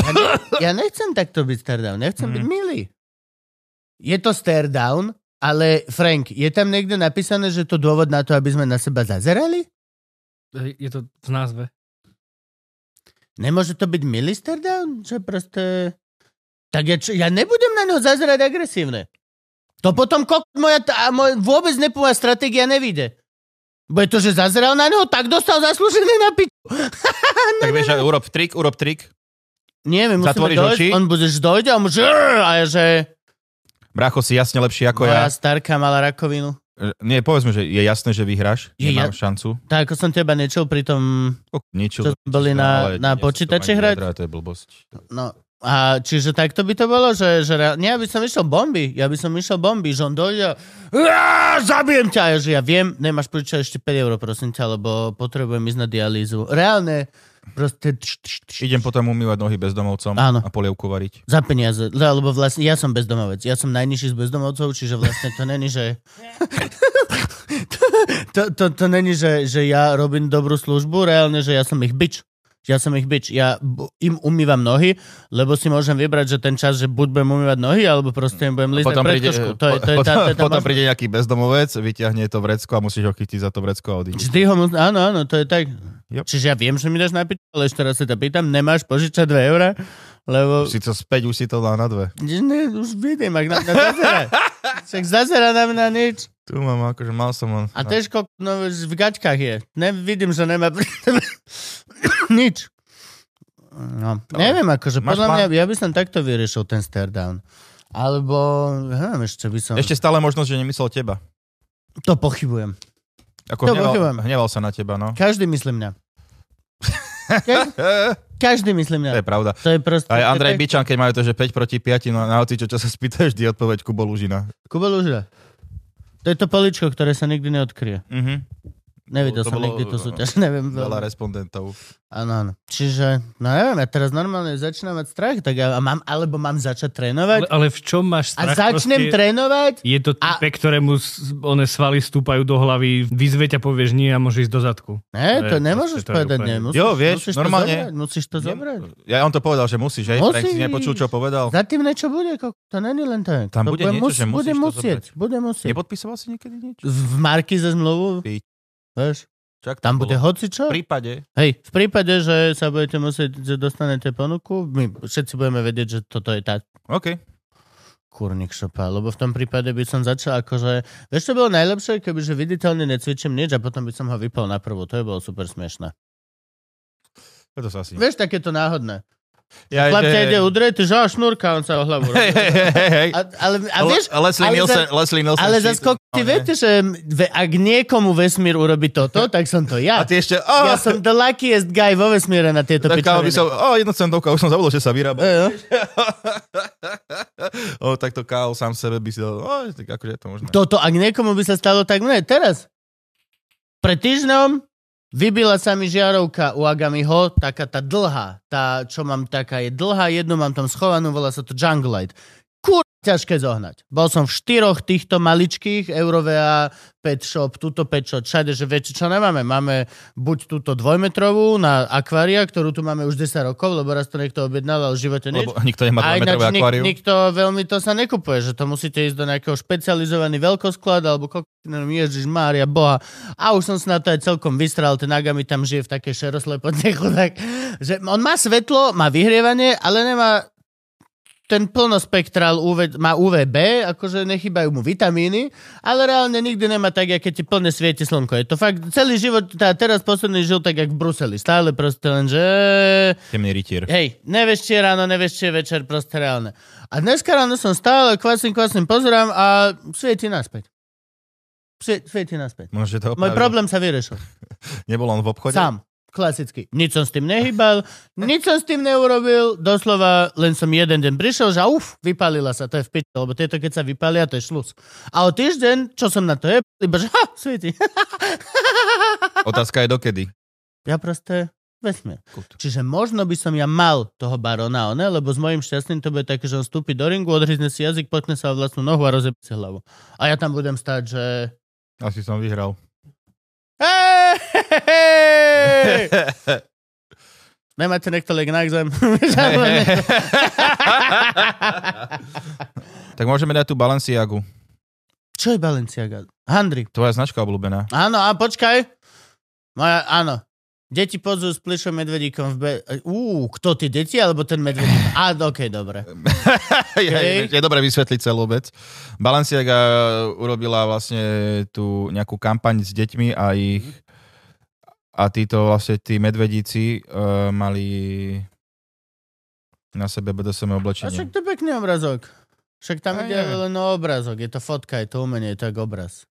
Speaker 2: Ja, ne, ja nechcem takto byť stare down, nechcem
Speaker 1: Mhm.
Speaker 2: byť milý. Je to stare down, ale Frank, je tam niekde napísané, že to dôvod na to, aby sme na seba zazerali?
Speaker 3: Hej, Je to v názve.
Speaker 2: Nemôže to byť milý stare down? Že proste... Tak ja, čo, ja nebudem na neho zazerať agresívne. To potom kok, moja, t- a moj, vôbec ne, moja stratégia nevíde. Bude to, že zazeral na neho, tak dostal zaslúžený na pič.
Speaker 1: Tak vieš, že urob trik, urob trik.
Speaker 2: Nie, my musíme
Speaker 1: Zatvoríš
Speaker 2: dojsť,
Speaker 1: oči?
Speaker 2: on budeš dojde a on že... A ja, že
Speaker 1: Brácho si jasne lepší ako ja.
Speaker 2: moja starka mala rakovinu.
Speaker 1: E, Nie, povedzme, že je jasné, že vyhráš.
Speaker 2: Je
Speaker 1: Nemám šancu.
Speaker 2: Tak ako som teba niečil pri tom
Speaker 1: Kok- Ničil.
Speaker 2: Čo sme boli
Speaker 1: No,
Speaker 2: na-
Speaker 1: ale
Speaker 2: na
Speaker 1: ja si to
Speaker 2: počítači
Speaker 1: ani
Speaker 2: hrať?
Speaker 1: nehrá, To je blbosť.
Speaker 2: No, a čiže takto by to bolo, že, že rea- nie, aby som išiel bomby, ja by som išiel bomby, že on dojde a "Á, zabijem ťa, ja, že ja viem, nemáš prečo ešte 5 eur, prosím ťa, lebo potrebujem ísť na dialýzu. Reálne, proste tš, tš, tš,
Speaker 1: Idem potom umývať nohy bezdomovcom
Speaker 2: Áno.
Speaker 1: a polievku variť.
Speaker 2: za peniaze, lebo vlastne ja som bezdomovec, ja som najnižší z bezdomovcov, čiže vlastne to není, že... to, to, to není, že, že ja robím dobrú službu, reálne, že ja som ich bič. Ja som ich bič, ja bu- im umývam nohy, lebo si môžem vybrať, že ten čas, že buď budem umývať nohy, alebo proste im budem lístať predkošku. To je, to je tá, to je tá
Speaker 1: potom
Speaker 2: možnosť.
Speaker 1: príde nejaký bezdomovec, vyťahne to vrecko a musíš ho chytiť za to vrecko a odíde.
Speaker 2: Vždy ho mus... Áno, áno, to je tak.
Speaker 1: Yep.
Speaker 2: Čiže ja viem, že mi dáš napiť, ale ešte raz sa ťa pýtam, nemáš požičať 2 eurá? Lebo...
Speaker 1: Si to späť, už si to dá na dve.
Speaker 2: Ne, už vidím, ak na mňa zazera.
Speaker 1: [LAUGHS]
Speaker 2: Však zazera na mňa nič.
Speaker 1: Tu mám, akože mal som on.
Speaker 2: A tiež kok- no, v gaťkách je. Ne, vidím, že [COUGHS] nemá pri tebe nič. No, neviem, akože
Speaker 1: Máš
Speaker 2: podľa
Speaker 1: plán?
Speaker 2: mňa, ja by som takto vyriešil ten stare down. Alebo, ja neviem ešte, čo by som...
Speaker 1: Ešte stále možnosť, že nemyslel teba.
Speaker 2: To pochybujem.
Speaker 1: Ako
Speaker 2: To
Speaker 1: hneval,
Speaker 2: pochybujem.
Speaker 1: hneval sa na teba, no.
Speaker 2: Každý myslí mňa. Každý,
Speaker 1: Eh,
Speaker 2: každý myslí mňa.
Speaker 1: to je pravda.
Speaker 2: To je proste...
Speaker 1: Aj Andrej
Speaker 2: to je-
Speaker 1: Byčan, keď majú to, že 5 proti 5, no na hocičo, čo sa spýta, vždy odpoveď Kubo Lužina.
Speaker 2: Kubo Lužina. To je to poličko, ktoré sa nikdy neodkryje.
Speaker 1: Mhm.
Speaker 2: Nevidel
Speaker 1: To
Speaker 2: som
Speaker 1: bolo-
Speaker 2: nikdy tú súťaž, neviem.
Speaker 1: Veľa respondentov.
Speaker 2: Áno, áno. Čiže, no neviem, ja teraz normálne začínam mať strach, tak ja mám, alebo mám začať
Speaker 3: Ale,
Speaker 2: trénovať
Speaker 3: ale v čom máš
Speaker 2: a
Speaker 3: strach?
Speaker 2: začnem
Speaker 3: Proste
Speaker 2: trénovať
Speaker 3: Je to
Speaker 2: A-
Speaker 3: type, ktorému s- one svaly stúpajú do hlavy, vyzve ťa, povieš nie a môže ísť do zadku.
Speaker 2: Ne, to
Speaker 3: Ne,
Speaker 2: nemôžeš
Speaker 3: proste to je
Speaker 2: povedať,
Speaker 3: úplne-
Speaker 2: ne. Musíš,
Speaker 1: Jo, vieš,
Speaker 2: musíš
Speaker 1: normálne-
Speaker 2: To zobrať, musíš to zobrať.
Speaker 1: Ja, on to povedal, že musí, že?
Speaker 2: Musíš.
Speaker 1: Frank si nepočul, čo povedal.
Speaker 2: Za tým niečo bude, ko- to není len tak.
Speaker 1: Tam
Speaker 2: to
Speaker 1: bude niečo, že musíš
Speaker 2: bude
Speaker 1: to
Speaker 2: musieť,
Speaker 1: zobrať.
Speaker 2: bude musieť.
Speaker 1: Nepodpisoval si niekedy niečo?
Speaker 2: V Markize zmluvu,
Speaker 1: Piť.
Speaker 2: vieš,
Speaker 1: Čak, to
Speaker 2: tam bude
Speaker 1: bolo.
Speaker 2: hocičo.
Speaker 1: V prípade.
Speaker 2: Hej, v prípade, že sa budete musieť, že dostanete ponuku, my všetci budeme vedieť, že toto je tá
Speaker 1: OK.
Speaker 2: kurník šopa, lebo v tom prípade by som začal akože, vieš čo bolo najlepšie, kebyže viditeľne necvičím nič a potom by som ho vypol na prvú, to je bolo super smiešné.
Speaker 1: To sa asi...
Speaker 2: Vieš, takéto náhodné.
Speaker 1: Ja,
Speaker 2: Chlap
Speaker 1: [LAUGHS]
Speaker 2: ťa ide udrieť, ty že "Á, šnúrka, on sa o hlavu
Speaker 1: Hej, hej,
Speaker 2: rozbil."
Speaker 1: hej, hej.
Speaker 2: a, ale, a
Speaker 1: Le-
Speaker 2: vieš,
Speaker 1: Leslie
Speaker 2: ale
Speaker 1: Nielsen, Leslie Nielsen.
Speaker 2: ale
Speaker 1: shit,
Speaker 2: zase ty
Speaker 1: no,
Speaker 2: viete, že ve, ak niekomu vesmír urobi toto, tak som to
Speaker 1: [LAUGHS] A
Speaker 2: ja.
Speaker 1: ty ešte... Oh,
Speaker 2: Ja som the luckiest guy vo vesmíre na tieto
Speaker 1: Taká by
Speaker 2: pičoviny. no.
Speaker 1: som, oh, jedno centovka, už som zabudol, že sa
Speaker 2: [LAUGHS]
Speaker 1: vyrába.
Speaker 2: Jo, jo.
Speaker 1: o, tak to Kyle sám sebe by si dal, o, tak akože je to možné.
Speaker 2: Toto, ak niekomu by sa stalo, tak mne teraz. Pred týždňom vybila sa mi žiarovka u Agamiho, taká tá dlhá, tá, čo mám taká je dlhá, jednu mám tam schovanú, volá sa to Jungle Light. Kur, ťažké zohnať. Bol som v štyroch týchto maličkých, Eurovea, Pet Shop, tuto Pet Shop, všade, že väčšie čo nemáme. Máme buď túto dvojmetrovú na akvária, ktorú tu máme už 10 rokov, lebo raz to niekto objednal, ale v živote nič.
Speaker 1: Lebo nikto nemá 2
Speaker 2: A ináč
Speaker 1: metrové
Speaker 2: nik,
Speaker 1: akvárium.
Speaker 2: nikto veľmi to sa nekupuje, že to musíte ísť do nejakého špecializovaný veľkosklad alebo kokotinu, ježiš, mária, boha. A už som sa na to aj celkom vystral, ten Agami tam žije v takej šeroslepote, chudák. Že on má svetlo, má vyhrievanie, ale nemá ten plnospektrál UV, má UVB, akože nechybajú mu vitamíny, ale reálne nikdy nemá tak, aké ti plne svieti slnko. Je to fakt, celý život, tá, teraz posledný žil tak, jak v Bruseli. Stále proste len, že...
Speaker 1: Temný rytier.
Speaker 2: Hej, nevieš, či je ráno, nevieš, či je večer, proste reálne. A dneska ráno som stál, kvasím, kvasím, pozerám a svieti naspäť. Svieti, svieti naspäť.
Speaker 1: Môže to
Speaker 2: Môj
Speaker 1: opraviť.
Speaker 2: problém sa vyriešil.
Speaker 1: Nebol on v obchode?
Speaker 2: Sám. Klasicky. Nič som s tým nehybal, nič som s tým neurobil, doslova len som jeden deň prišiel, že uf, vypalila sa, to je v piči, lebo tieto keď sa vypalia, to je šlus. A o týždeň, čo som na to je, iba že ha, svieti.
Speaker 1: Otázka je dokedy.
Speaker 2: Ja proste vesmír.
Speaker 1: Kut.
Speaker 2: Čiže možno by som ja mal toho barona, one, lebo s mojim šťastným to bude také, že on vstúpi do ringu, odhrizne si jazyk, potkne sa o vlastnú nohu a rozebe si hlavu. A ja tam budem stať, že...
Speaker 1: Asi som vyhral. [LAUGHS]
Speaker 2: Hej! Nemáte niekto leg na [LAUGHS] exam?
Speaker 1: [LAUGHS] tak môžeme dať tú Balenciagu.
Speaker 2: Čo je Balenciaga? Handry.
Speaker 1: Tvoja značka obľúbená.
Speaker 2: Áno, a počkaj. Moja, áno. Deti pozrú s plišom medvedíkom v be... Uú, kto ty, deti alebo ten medvedík? Á, okej, dobre.
Speaker 1: [LAUGHS] je, je dobre vysvetliť celú vec. Balenciaga urobila vlastne tú nejakú kampaň s deťmi a ich a títo vlastne tí medvedíci uh, mali na sebe BDSM
Speaker 2: A však
Speaker 1: oblečenie.
Speaker 2: to je pekný obrazok. Však tam
Speaker 1: Aj,
Speaker 2: ide
Speaker 1: aj.
Speaker 2: len o obrazok. Je to fotka, je to umenie, je to jak obraz.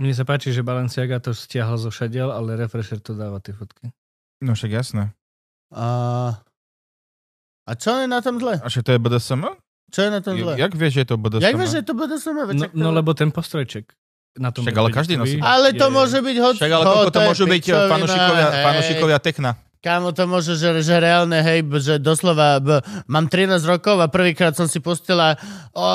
Speaker 3: Mne sa páči, že Balenciaga to stiahol zo všadiel, ale Refresher to dáva tie fotky.
Speaker 1: No však jasné.
Speaker 2: A, a čo je na tom zle?
Speaker 1: A však to je BDSM?
Speaker 2: Čo je na tom zle?
Speaker 1: Jak vieš, že je to BDSM?
Speaker 2: Jak vieš, že to bude som
Speaker 3: No, no lebo ten postrojček na tom...
Speaker 1: Však ale každý nosí.
Speaker 3: medvedíkovi
Speaker 2: Ale to
Speaker 3: je-
Speaker 2: môže byť hoci.
Speaker 1: Však ale koľko to môžu byť fanušikovia, fanušikovia techna.
Speaker 2: Kámo, to môže, že, že reálne, hej, b- že doslova, b, mám 13 rokov a prvýkrát som si pustila o,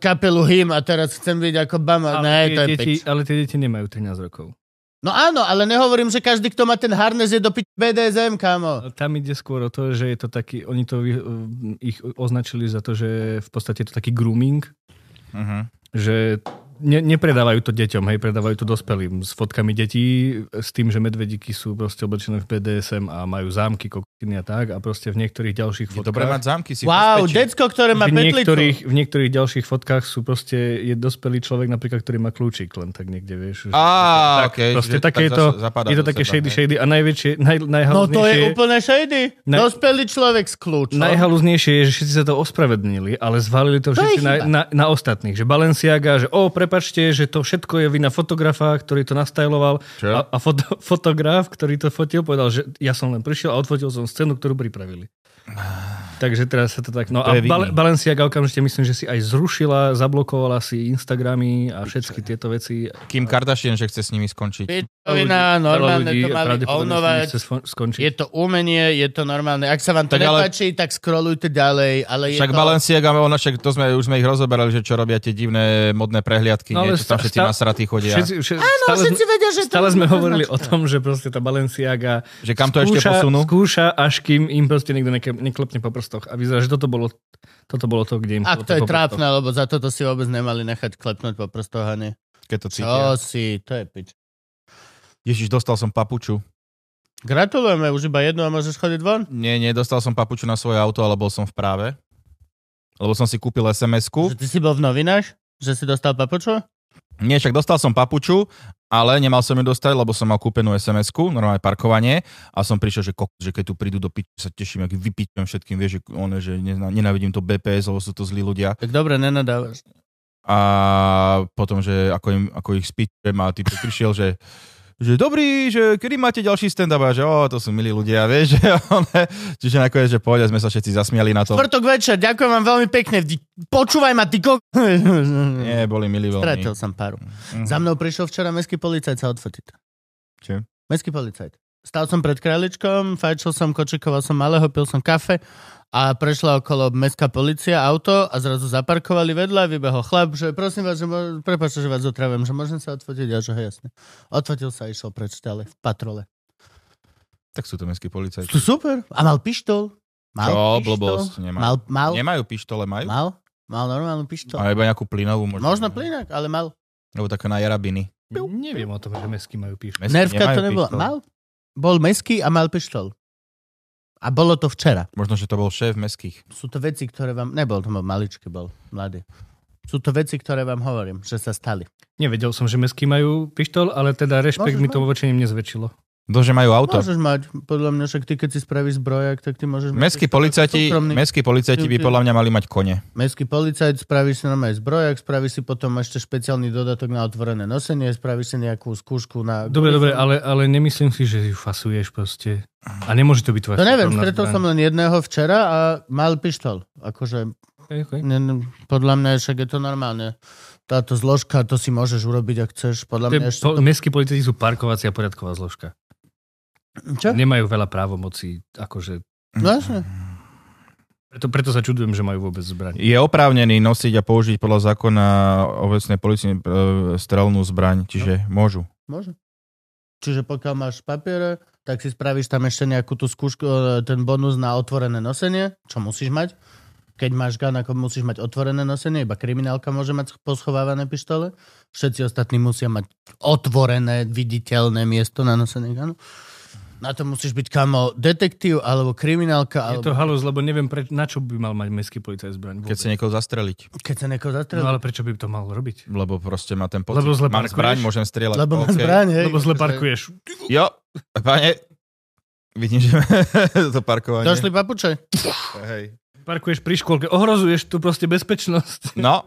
Speaker 2: kapelu Him a teraz chcem byť ako Bama.
Speaker 3: Ale
Speaker 2: Ne,
Speaker 3: tie
Speaker 2: to je
Speaker 3: deti,
Speaker 2: pič.
Speaker 3: Ale tie deti nemajú 13 rokov.
Speaker 2: No áno, ale nehovorím, že každý, kto má ten harness, je do pič BDSM, kámo.
Speaker 3: Tam ide skôr o to, že je to taký, oni to vy, um, ich označili za to, že v podstate je to taký grooming,
Speaker 1: Uh-huh.
Speaker 3: že ne, nepredávajú to deťom, hej, predávajú to dospelým s fotkami detí, s tým, že medvedíky sú proste oblečené v BDSM a majú zámky, koko, a tak a proste v niektorých ďalších
Speaker 1: Je
Speaker 3: fotkách.
Speaker 1: dobré mať zámky si
Speaker 2: Wow,
Speaker 1: bezpečí.
Speaker 2: decko, ktoré má
Speaker 3: v, niektorých,
Speaker 2: petlicu.
Speaker 3: v niektorých ďalších fotkách sú proste, je dospelý človek napríklad, ktorý má kľúčik len tak niekde, vieš. že-
Speaker 1: Á,
Speaker 3: tak,
Speaker 1: okej,
Speaker 3: proste
Speaker 1: čiže
Speaker 3: také
Speaker 1: tak
Speaker 3: je to,
Speaker 1: zas- zapadá
Speaker 3: je to
Speaker 1: do
Speaker 3: také
Speaker 1: seba,
Speaker 3: shady,
Speaker 1: hej.
Speaker 3: shady a najväčšie, naj,
Speaker 2: No to je
Speaker 3: najhalúznejšie,
Speaker 2: úplne shady.
Speaker 3: Ne-
Speaker 2: Dospelý človek s kľúčom.
Speaker 3: najhalúznejšie je, že všetci sa to ospravedlnili, ale zvalili to
Speaker 2: To je
Speaker 3: všetci na,
Speaker 2: chyba.
Speaker 3: na, na, ostatných. Že Balenciaga, že o, prepačte, že to všetko je vina fotografa, ktorý to nastajloval
Speaker 1: Čo?
Speaker 3: a, a foto, fotograf, ktorý to fotil, povedal, že ja som len prišiel a odfotil som scénu, ktorú pripravili. Takže teraz sa to tak... No
Speaker 1: To
Speaker 3: a
Speaker 1: je
Speaker 3: Bal-
Speaker 1: vinný.
Speaker 3: Balenciaga okamžite myslím, že si aj zrušila, zablokovala si Instagramy a všetky tieto veci.
Speaker 1: Kim Kardashian, že chce s nimi skončiť.
Speaker 2: Pičovina, normálne to mali ovnovať.
Speaker 3: chce sfon- skončiť.
Speaker 2: Je to umenie, je to normálne. Ak sa vám to
Speaker 1: Tak ale-
Speaker 2: nepáči, tak scrollujte ďalej, ale je
Speaker 1: Však
Speaker 2: to...
Speaker 1: Balenciaga, ono, však to sme, už sme ich rozoberali, že čo robia tie divné modné prehliadky, no,
Speaker 3: No, ale
Speaker 1: nie, čo tam
Speaker 3: sta-
Speaker 1: všetci
Speaker 3: sta-
Speaker 1: nasratí chodia.
Speaker 3: Všetci, všet, Áno, stále,
Speaker 2: No, všetci
Speaker 3: sme-
Speaker 2: vedia, že to
Speaker 3: stále
Speaker 2: je
Speaker 3: sme
Speaker 2: dobrá
Speaker 3: hovorili
Speaker 2: značka.
Speaker 3: o tom, že proste tá Balenciaga
Speaker 1: Že kam to ešte posunú?
Speaker 3: skúša, až kým im proste niekto neke, neklepne po prstoch. A vyzerá, že toto bolo, toto bolo to, kde im
Speaker 2: Ak to je
Speaker 3: klepne po prstoch.
Speaker 2: trápne, lebo za toto si vôbec nemali nechať klepnúť po prstohane.
Speaker 1: Keď to cítia.
Speaker 2: Čo si, to je pič.
Speaker 1: Ježiš, dostal som papuču.
Speaker 2: Gratulujeme, už iba jednu a môžeš chodiť von?
Speaker 1: Nie, nie, dostal som papuču na svoje auto, ale bol som v práve. Lebo som si kúpil SMS-ku.
Speaker 2: Že ty si bol v novinách? Že si dostal papuču?
Speaker 1: Nie, však dostal som papuču, ale nemal som ju dostať, lebo som mal kúpenú SMS-ku, normálne parkovanie, a som prišiel, že, kok, že keď tu prídu do piči, sa teším, ak vypičujem všetkým, vieš, že, one, že nezna- nenávidím to BPS, lebo sú to zlí ľudia.
Speaker 2: Tak dobre, nenadávaš.
Speaker 1: A potom, že ako, im, ako ich spíčem a ty prišiel, že že dobrý, že kedy máte ďalší stand-up? A že o, to sú milí ľudia, [LAUGHS] vieš, že one, čiže nakoniec, že pohode, sme sa všetci zasmiali na to.
Speaker 2: Štvrtok večer, ďakujem vám veľmi pekne. Vdi- Počúvaj ma, ty kok...
Speaker 1: [LAUGHS] Nie, boli milí veľmi.
Speaker 2: Stratil som paru.
Speaker 1: Mhm.
Speaker 2: Za mnou prišiel včera mestský policajt sa odfotiť.
Speaker 1: Čo?
Speaker 2: Mestský policajt. Stal som pred králičkom, fajčil som, kočikoval som malého, pil som kafe a prešla okolo mestská policia auto a zrazu zaparkovali vedľa, vybehol chlap, že prosím vás, že mo- prepáčte, že vás otravujem, že môžem sa odfotiť, a že hej, jasne. Odfotil sa a išiel preč ďalej v patrole.
Speaker 1: Tak sú to mestskí policajti.
Speaker 2: Sú super. A mal pištol. Mal
Speaker 1: Čo,
Speaker 2: pištol.
Speaker 1: blbosť, nemá.
Speaker 2: Mal, mal,
Speaker 1: Nemajú pištole, majú?
Speaker 2: mal, mal normálnu pištol.
Speaker 1: Ale iba nejakú plynovú možno.
Speaker 2: Možno plynak, ale mal.
Speaker 1: Alebo také na jarabiny.
Speaker 3: Neviem o tom, že mesky majú píš.
Speaker 1: Mestskí
Speaker 2: Nervka
Speaker 1: nemajú
Speaker 2: to nebola.
Speaker 1: pištol.
Speaker 2: Mal? Bol meský a mal pištol. A bolo to včera.
Speaker 1: Možno, že to bol šéf meských.
Speaker 2: Sú to veci, ktoré vám... Nebol to maličký, bol mladý. Sú to veci, ktoré vám hovorím, že sa stali.
Speaker 3: Nevedel som, že mesky majú pištol, ale teda rešpekt
Speaker 2: Môžeš
Speaker 3: mi to voči nim nezväčšilo.
Speaker 1: To, že majú auto.
Speaker 2: Môžeš mať, podľa mňa, však ty, keď si spravíš zbrojak, tak ty môžeš... mať
Speaker 1: Mestskí
Speaker 2: pištol.
Speaker 1: policajti,
Speaker 2: Súkromný.
Speaker 1: mestskí policajti by podľa mňa mali mať kone.
Speaker 2: Mestský policajt, spravíš si normálne zbrojak, spravíš si potom ešte špeciálny dodatok na otvorené nosenie, spravíš si nejakú skúšku na...
Speaker 3: Dobre, dobre, ale, ale nemyslím si, že ju fasuješ proste. A nemôže to byť tvoja
Speaker 2: To No neviem,
Speaker 3: súkromná
Speaker 2: stretol
Speaker 3: zbraň.
Speaker 2: som len jedného včera a mal pištol. Akože
Speaker 3: Okej, okej.
Speaker 2: Ne, ne, podľa mňa však je to normálne. Táto zložka, to si môžeš urobiť, ak chceš. Podľa
Speaker 3: Tie
Speaker 2: mňa ešte...
Speaker 3: po- Mestskí policajti sú parkovacia poriadková zložka.
Speaker 2: Čo?
Speaker 3: Nemajú veľa právomocí, akože...
Speaker 2: Vlastne.
Speaker 3: Preto, preto sa čudujem, že majú vôbec zbraň.
Speaker 1: Je oprávnený nosiť a použiť podľa zákona obecnej policie e, strelnú zbraň, čiže môžu.
Speaker 2: Môže. Čiže pokiaľ máš papiere, tak si spravíš tam ešte nejakú tú skúšku, e, ten bonus na otvorené nosenie, čo musíš mať. Keď máš gun, ako musíš mať otvorené nosenie, iba kriminálka môže mať poschovávané pištole. Všetci ostatní musia mať otvorené, viditeľné miesto na nosenie gunu. Na to musíš byť kamo detektív, alebo kriminálka,
Speaker 3: Je
Speaker 2: alebo
Speaker 3: to halus, lebo neviem, pre, na čo by mal mať mestský policajt zbraň
Speaker 1: Keď
Speaker 3: vôbec.
Speaker 1: sa niekoho zastreliť,
Speaker 2: keď sa niekoho zastrelí.
Speaker 3: No ale prečo by to mal robiť?
Speaker 1: lebo proste má ten pocit.
Speaker 3: Lebo zle
Speaker 1: Mám
Speaker 3: parkuješ?
Speaker 1: zbraň, môžem strieľať.
Speaker 2: Lebo má
Speaker 1: OK.
Speaker 2: zbraň, hej.
Speaker 3: Lebo zle
Speaker 2: akože-
Speaker 3: parkuješ.
Speaker 1: Jo, pane, vidím, že [LAUGHS] to parkovanie.
Speaker 2: Došli papuče.
Speaker 1: Hej.
Speaker 3: Parkuješ pri škôlke, ohrozuješ tu proste
Speaker 2: [LAUGHS]
Speaker 3: bezpečnosť.
Speaker 1: No,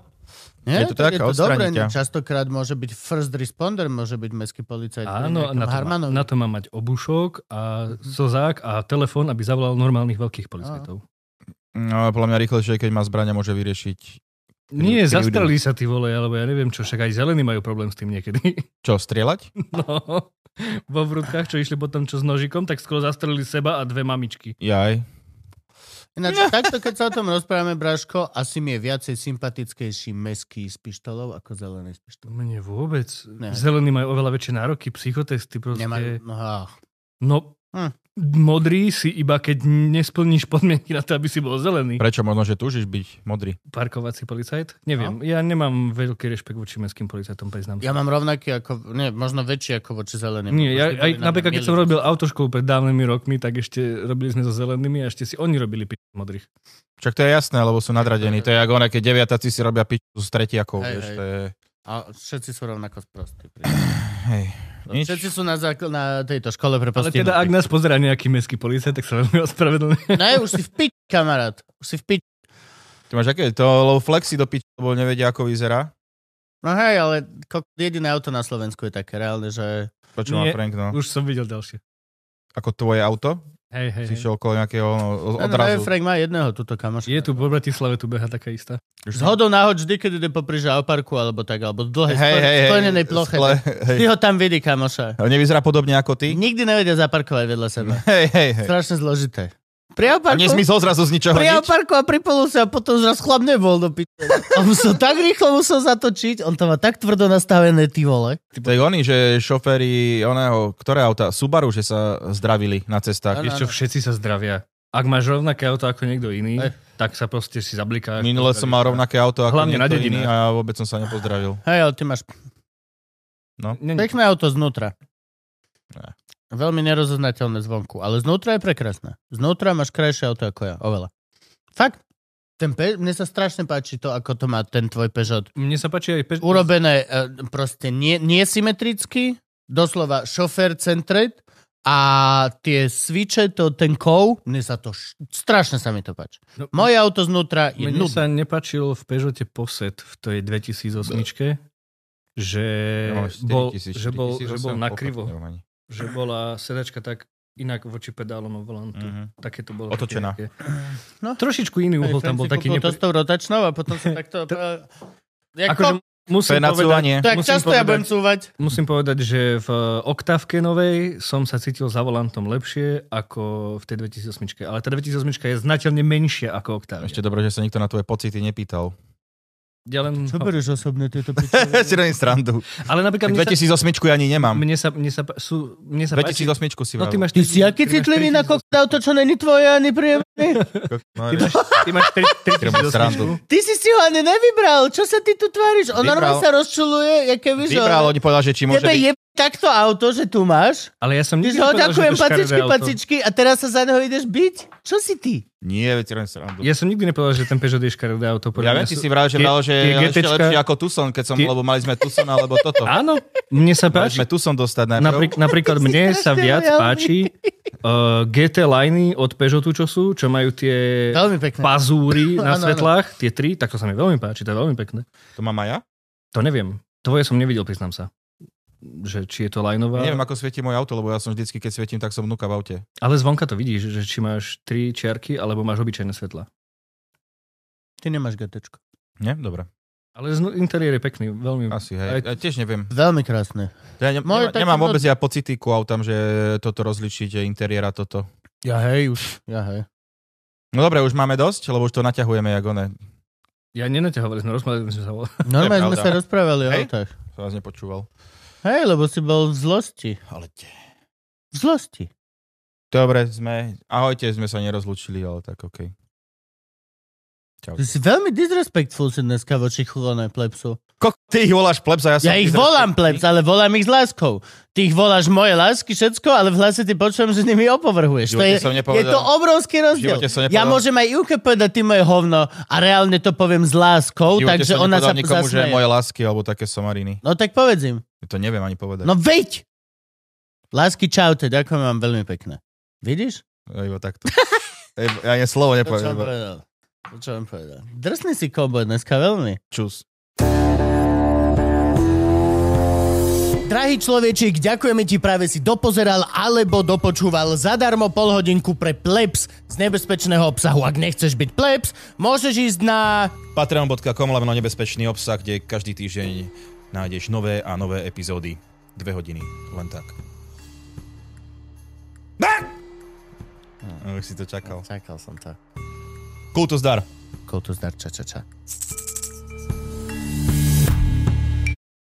Speaker 2: Nie,
Speaker 1: Je to tak,
Speaker 2: je to
Speaker 1: odstraní ťa.
Speaker 2: dobré, častokrát môže byť first responder, môže byť mestský policajt. pri
Speaker 3: Áno,
Speaker 2: nejakom
Speaker 3: na to, má,
Speaker 2: Harmanovi.
Speaker 3: na to má mať obušok a
Speaker 2: Mhm.
Speaker 3: slzák a telefón, aby zavolal normálnych veľkých policajtov.
Speaker 1: no, podľa mňa rýchlejšie, keď má zbraň a môže vyriešiť...
Speaker 3: Nie,
Speaker 1: krivdu.
Speaker 3: zastrelí sa ty vole, alebo ja neviem čo, však aj zelení majú problém s tým niekedy. [LAUGHS]
Speaker 1: Čo, strieľať?
Speaker 3: No, vo vrútkach, čo išli potom čo s nožikom, tak skoro zastrelili seba a dve mamičky.
Speaker 1: Jaj.
Speaker 3: [LAUGHS]
Speaker 2: Ináč, takto, keď sa o tom rozprávame, Braško, asi mi je viacej sympatickejší meský z pištolov ako zelený z pištolov.
Speaker 3: Mne vôbec.
Speaker 2: Ne.
Speaker 3: Zelení majú oveľa väčšie nároky, psychotesty proste.
Speaker 2: Nemajú. No, á,
Speaker 3: No,
Speaker 2: Hm.
Speaker 3: Modrý si iba, keď nesplníš podmienky na to, aby si bol zelený.
Speaker 1: Prečo možno, že túžiš byť modrý?
Speaker 3: Parkovací policajt? Neviem. Ja nemám veľký rešpekt voči mestským policajtom, priznám.
Speaker 2: Ja mám rovnaký ako, nie, možno väčší ako voči zeleným.
Speaker 3: Nie,
Speaker 2: Možno
Speaker 3: ja,
Speaker 2: boli
Speaker 3: aj,
Speaker 2: na
Speaker 3: napríklad
Speaker 2: mňa
Speaker 3: keď som
Speaker 2: milí.
Speaker 3: robil autoškolu pred dávnymi rokmi, tak ešte robili sme so zelenými a ešte si oni robili pič modrých.
Speaker 1: Čak to je jasné, lebo sú nadradení. To je ako ona, keď deviatáci si robia piču s tretiakov.
Speaker 2: Hej,
Speaker 1: vieš,
Speaker 2: hej.
Speaker 1: to je...
Speaker 2: A všetci sú rovnako sprostí.
Speaker 1: Hej. Nič.
Speaker 2: Všetci sú na, zákl- na tejto škole pre
Speaker 3: Ale teda, ak
Speaker 2: postihnutých.
Speaker 3: nás pozerá nejaký mestský policajt, tak sa veľmi ospravedlňujem.
Speaker 2: Ne, No, už si v pič, kamarát. Už si v pič.
Speaker 1: Ty máš aké? To low flexi do piču, lebo nevedia, ako vyzerá.
Speaker 2: No hej, ale ko- jediné auto na Slovensku je také reálne, že...
Speaker 1: To, čo má
Speaker 3: Nie.
Speaker 1: Frank, no.
Speaker 3: Už som videl ďalšie.
Speaker 1: Ako tvoje auto?
Speaker 3: Hej, hej,
Speaker 1: Si
Speaker 3: hej.
Speaker 1: šiel okolo nejakého no,
Speaker 2: No, no, hej,
Speaker 1: odrazu.
Speaker 2: Frank má jedného tuto kamoša.
Speaker 3: Je tu po Bratislave, tu beha taká istá.
Speaker 1: Už-
Speaker 2: Zhodou náhod vždy, keď ide popri žalparku alebo tak, alebo v dlhej
Speaker 1: Hej, hej, hej.
Speaker 2: sklenenej ploche.
Speaker 1: Skle, [LAUGHS] hej.
Speaker 2: Ty ho tam vidí, kamoša.
Speaker 1: A Nevyzerá podobne ako ty?
Speaker 2: Nikdy nevedia zaparkovať vedľa seba.
Speaker 1: [LAUGHS] Hej, hej, hej.
Speaker 2: Strašne zložité. Pri
Speaker 1: A
Speaker 2: oparku,
Speaker 1: nesmysel zrazu z ničoho
Speaker 2: pri
Speaker 1: nič?
Speaker 2: oparku a pri poluse a potom zraz chlap nebol do piče. On musel tak rýchlo musel zatočiť, on to má tak tvrdo nastavené, ty vole.
Speaker 1: Tak oni, že šoféry, oného, ktoré auta? Subaru, že sa zdravili na cestách.
Speaker 2: Áno.
Speaker 3: Vieš čo, všetci sa zdravia. Ak máš rovnaké auto ako niekto iný,
Speaker 2: Hej.
Speaker 3: tak sa proste si zablikáš.
Speaker 1: Minule som mal rovnaké auto ako
Speaker 3: Hlavne na
Speaker 1: niekto iný
Speaker 3: dedine.
Speaker 1: a ja vôbec som sa nepozdravil.
Speaker 2: Hej, ale ty máš
Speaker 3: Ne, ne,
Speaker 2: pekné auto znútra.
Speaker 1: Ne.
Speaker 2: Veľmi nerozoznateľné zvonku, ale znútra je prekrásne. Znútra máš krajšie auto ako ja, oveľa. Fakt. Ten pe- mne sa strašne páči to, ako to má ten tvoj Peugeot
Speaker 3: mne sa páči aj... Pe-
Speaker 2: urobené e, proste nie, nesymetricky, doslova šofér centred a tie sviče, to, ten kov, mne sa to, š- strašne sa mi to páči.
Speaker 3: No,
Speaker 2: Moje auto znútra je
Speaker 3: Mne
Speaker 2: nudné.
Speaker 3: sa nepačil v Peugeote Poset v tej 2008 že,
Speaker 1: Ja mám
Speaker 3: bol,
Speaker 1: 4000,
Speaker 3: že, bol,
Speaker 1: 4008,
Speaker 3: že bol na
Speaker 1: koľko?
Speaker 3: krivo.
Speaker 1: Neviem ani.
Speaker 3: Že bola sedačka tak inak voči pedálom a volantu.
Speaker 1: Mhm.
Speaker 3: Také to bolo.
Speaker 1: Otočená.
Speaker 3: Také,
Speaker 2: No.
Speaker 3: no. Trošičku iný uhol tam bol taký.
Speaker 2: Nepo... To
Speaker 3: Nepo...
Speaker 2: s tou rotačnou a
Speaker 3: [LAUGHS]
Speaker 2: potom sa takto... e, jak kop-
Speaker 3: Akože
Speaker 1: To je
Speaker 3: musím
Speaker 1: na
Speaker 3: povedať,
Speaker 1: cúvanie.
Speaker 2: tak
Speaker 3: musím
Speaker 2: často ja
Speaker 3: povedať-
Speaker 2: budem cúvať.
Speaker 3: musím povedať, že v oktávke novej som sa cítil za volantom lepšie ako v tej 2008. Ale tá 2008 je znateľne menšia ako oktávka.
Speaker 1: Ešte dobre, že sa nikto na tvoje pocity nepýtal.
Speaker 3: Ja len...
Speaker 2: Čo berieš osobne [LAUGHS] tieto
Speaker 1: [LAUGHS] si robím strandu.
Speaker 3: Ale napríklad
Speaker 1: Tak
Speaker 3: mne sa,
Speaker 1: 2008 ja ani nemám.
Speaker 3: mne sa, mne sa, pa- sú, mne sa páči...
Speaker 1: 2008 si
Speaker 3: No ty
Speaker 1: vravil.
Speaker 3: máš...
Speaker 2: Ty si aký citlivý na kokot auto, čo není tvoje ani príjemné.
Speaker 1: No,
Speaker 3: Ty máš, ty máš
Speaker 1: [LAUGHS]
Speaker 3: tri- tri-
Speaker 1: si robíš srandu.
Speaker 2: Ty si si ho ani nevybral, čo sa ty tu tváriš? On
Speaker 1: Vybral.
Speaker 2: normálne sa rozčuluje, aké vyžo.
Speaker 1: Vybral, oni povedal, že či môže
Speaker 2: Tebe
Speaker 1: byť...
Speaker 2: je takto auto, že tu máš?
Speaker 3: Ale ja som
Speaker 2: Ty
Speaker 3: nikdy
Speaker 2: ho
Speaker 3: nepovedal, že
Speaker 2: ďakujem,
Speaker 3: to je škaredé
Speaker 2: pacičky,
Speaker 3: auto.
Speaker 2: pacičky, a teraz sa za neho ideš byť? Čo si ty?
Speaker 1: Nie, veď si robím srandu.
Speaker 3: Ja som nikdy nepovedal, že ten Peugeot je škaredé auto. Podľa
Speaker 1: Ja viem,
Speaker 3: mňa
Speaker 1: ty
Speaker 3: sú-
Speaker 1: si vral, že
Speaker 3: tie-
Speaker 1: vral, že
Speaker 3: tie
Speaker 1: je ešte
Speaker 3: GTčka
Speaker 1: lepšie ako Tucson, keď som,
Speaker 3: tie-
Speaker 1: lebo mali sme Tucson alebo
Speaker 3: [LAUGHS]
Speaker 1: toto.
Speaker 3: Áno, mne sa
Speaker 1: Mali
Speaker 3: páči.
Speaker 1: sme Tucson dostať najprv.
Speaker 3: Naprík, napríklad mne sa
Speaker 2: strašne
Speaker 3: viac
Speaker 2: lojalný.
Speaker 3: páči uh, GT liney od Peugeotu, čo sú, čo majú tie
Speaker 2: Veľmi pekné. [LAUGHS] No.
Speaker 3: pazúry na
Speaker 2: Áno, áno.
Speaker 3: svetlách, tie tri, tak to sa mi veľmi páči, to je veľmi pekné.
Speaker 1: To mám aj ja?
Speaker 3: To neviem. Tvoje som nevidel, priznám sa. Že či je to lajnová.
Speaker 1: Neviem, ako svieti moje auto, lebo ja som vždycky, keď svietím, tak som vnúka v aute.
Speaker 3: Ale zvonka to vidíš, že či máš tri čiarky, alebo máš obyčajné svetla.
Speaker 2: Ty nemáš gatečko.
Speaker 1: Nie? Dobre.
Speaker 3: Ale znu- interiér je pekný, veľmi.
Speaker 1: Asi, hej. Ja
Speaker 3: Aj-
Speaker 1: tiež neviem.
Speaker 2: Veľmi krásne.
Speaker 1: Ja ne, nema,
Speaker 2: Moje také
Speaker 1: nemám
Speaker 2: no-
Speaker 1: vôbec ja pocity ku autám, že toto rozličiť, interiéra toto.
Speaker 2: Ja hej už. Ja hej.
Speaker 1: No dobre, už máme dosť, lebo už to naťahujeme, jak one.
Speaker 3: Ja nenaťahovali sme, rozmali sme sa. o-
Speaker 2: Normálne sme
Speaker 1: pravda.
Speaker 2: sa rozprávali o
Speaker 1: Hej?
Speaker 2: autách.
Speaker 1: Som vás nepočúval.
Speaker 2: Hej, lebo si bol v zlosti.
Speaker 1: Ale te.
Speaker 2: V zlosti.
Speaker 1: Dobre, sme, ahojte, sme sa nerozlučili, ale tak okej. Čau.
Speaker 2: Ty si veľmi disrespectful si dneska voči chulonej plebsu.
Speaker 1: Ko, ty ich voláš plebsa, ja Hm? som...
Speaker 2: Ja ich volám plebs, ale volám ich s láskou. Ty ich voláš moje lásky, všetko, ale v hlase ty počujem, že nimi opovrhuješ. To
Speaker 1: živote
Speaker 2: je,
Speaker 1: som
Speaker 2: je
Speaker 1: nepovedal.
Speaker 2: to obrovský rozdiel.
Speaker 1: živote som
Speaker 2: Ja
Speaker 1: nepovedal.
Speaker 2: môžem aj Juke povedať, ty moje hovno a reálne to poviem s
Speaker 1: V
Speaker 2: láskou,
Speaker 1: živote
Speaker 2: takže
Speaker 1: som
Speaker 2: ona sa
Speaker 1: nepovedal nikomu, že
Speaker 2: zasmeje.
Speaker 1: moje lásky alebo také somariny.
Speaker 2: No tak povedz im.
Speaker 1: To neviem ani povedať.
Speaker 2: No veď! Lásky, čaute, ďakujem vám veľmi pekne. Vidíš?
Speaker 1: Ja Iba takto. Ej, ja ani slovo
Speaker 2: To, čo
Speaker 1: nepoviem.
Speaker 2: on
Speaker 1: iba
Speaker 2: povedal. To, čo on povedal. Drsný si kobo dneska veľmi.
Speaker 1: Čus.
Speaker 2: Drahý človečik, ďakujeme ti, práve si dopozeral alebo dopočúval zadarmo pol hodinku pre plebs z nebezpečného obsahu. Ak nechceš byť plebs, môžeš ísť na...
Speaker 1: Patreon.com, lomeno nebezpečný obsah, kde každý týždeň nájdeš nové a nové epizódy. Dve hodiny, len tak. Ah! Už si to čakal. Hm,
Speaker 2: Čakal som to.
Speaker 1: Kultus dar.
Speaker 2: Kultus dar, ča, ča, ča.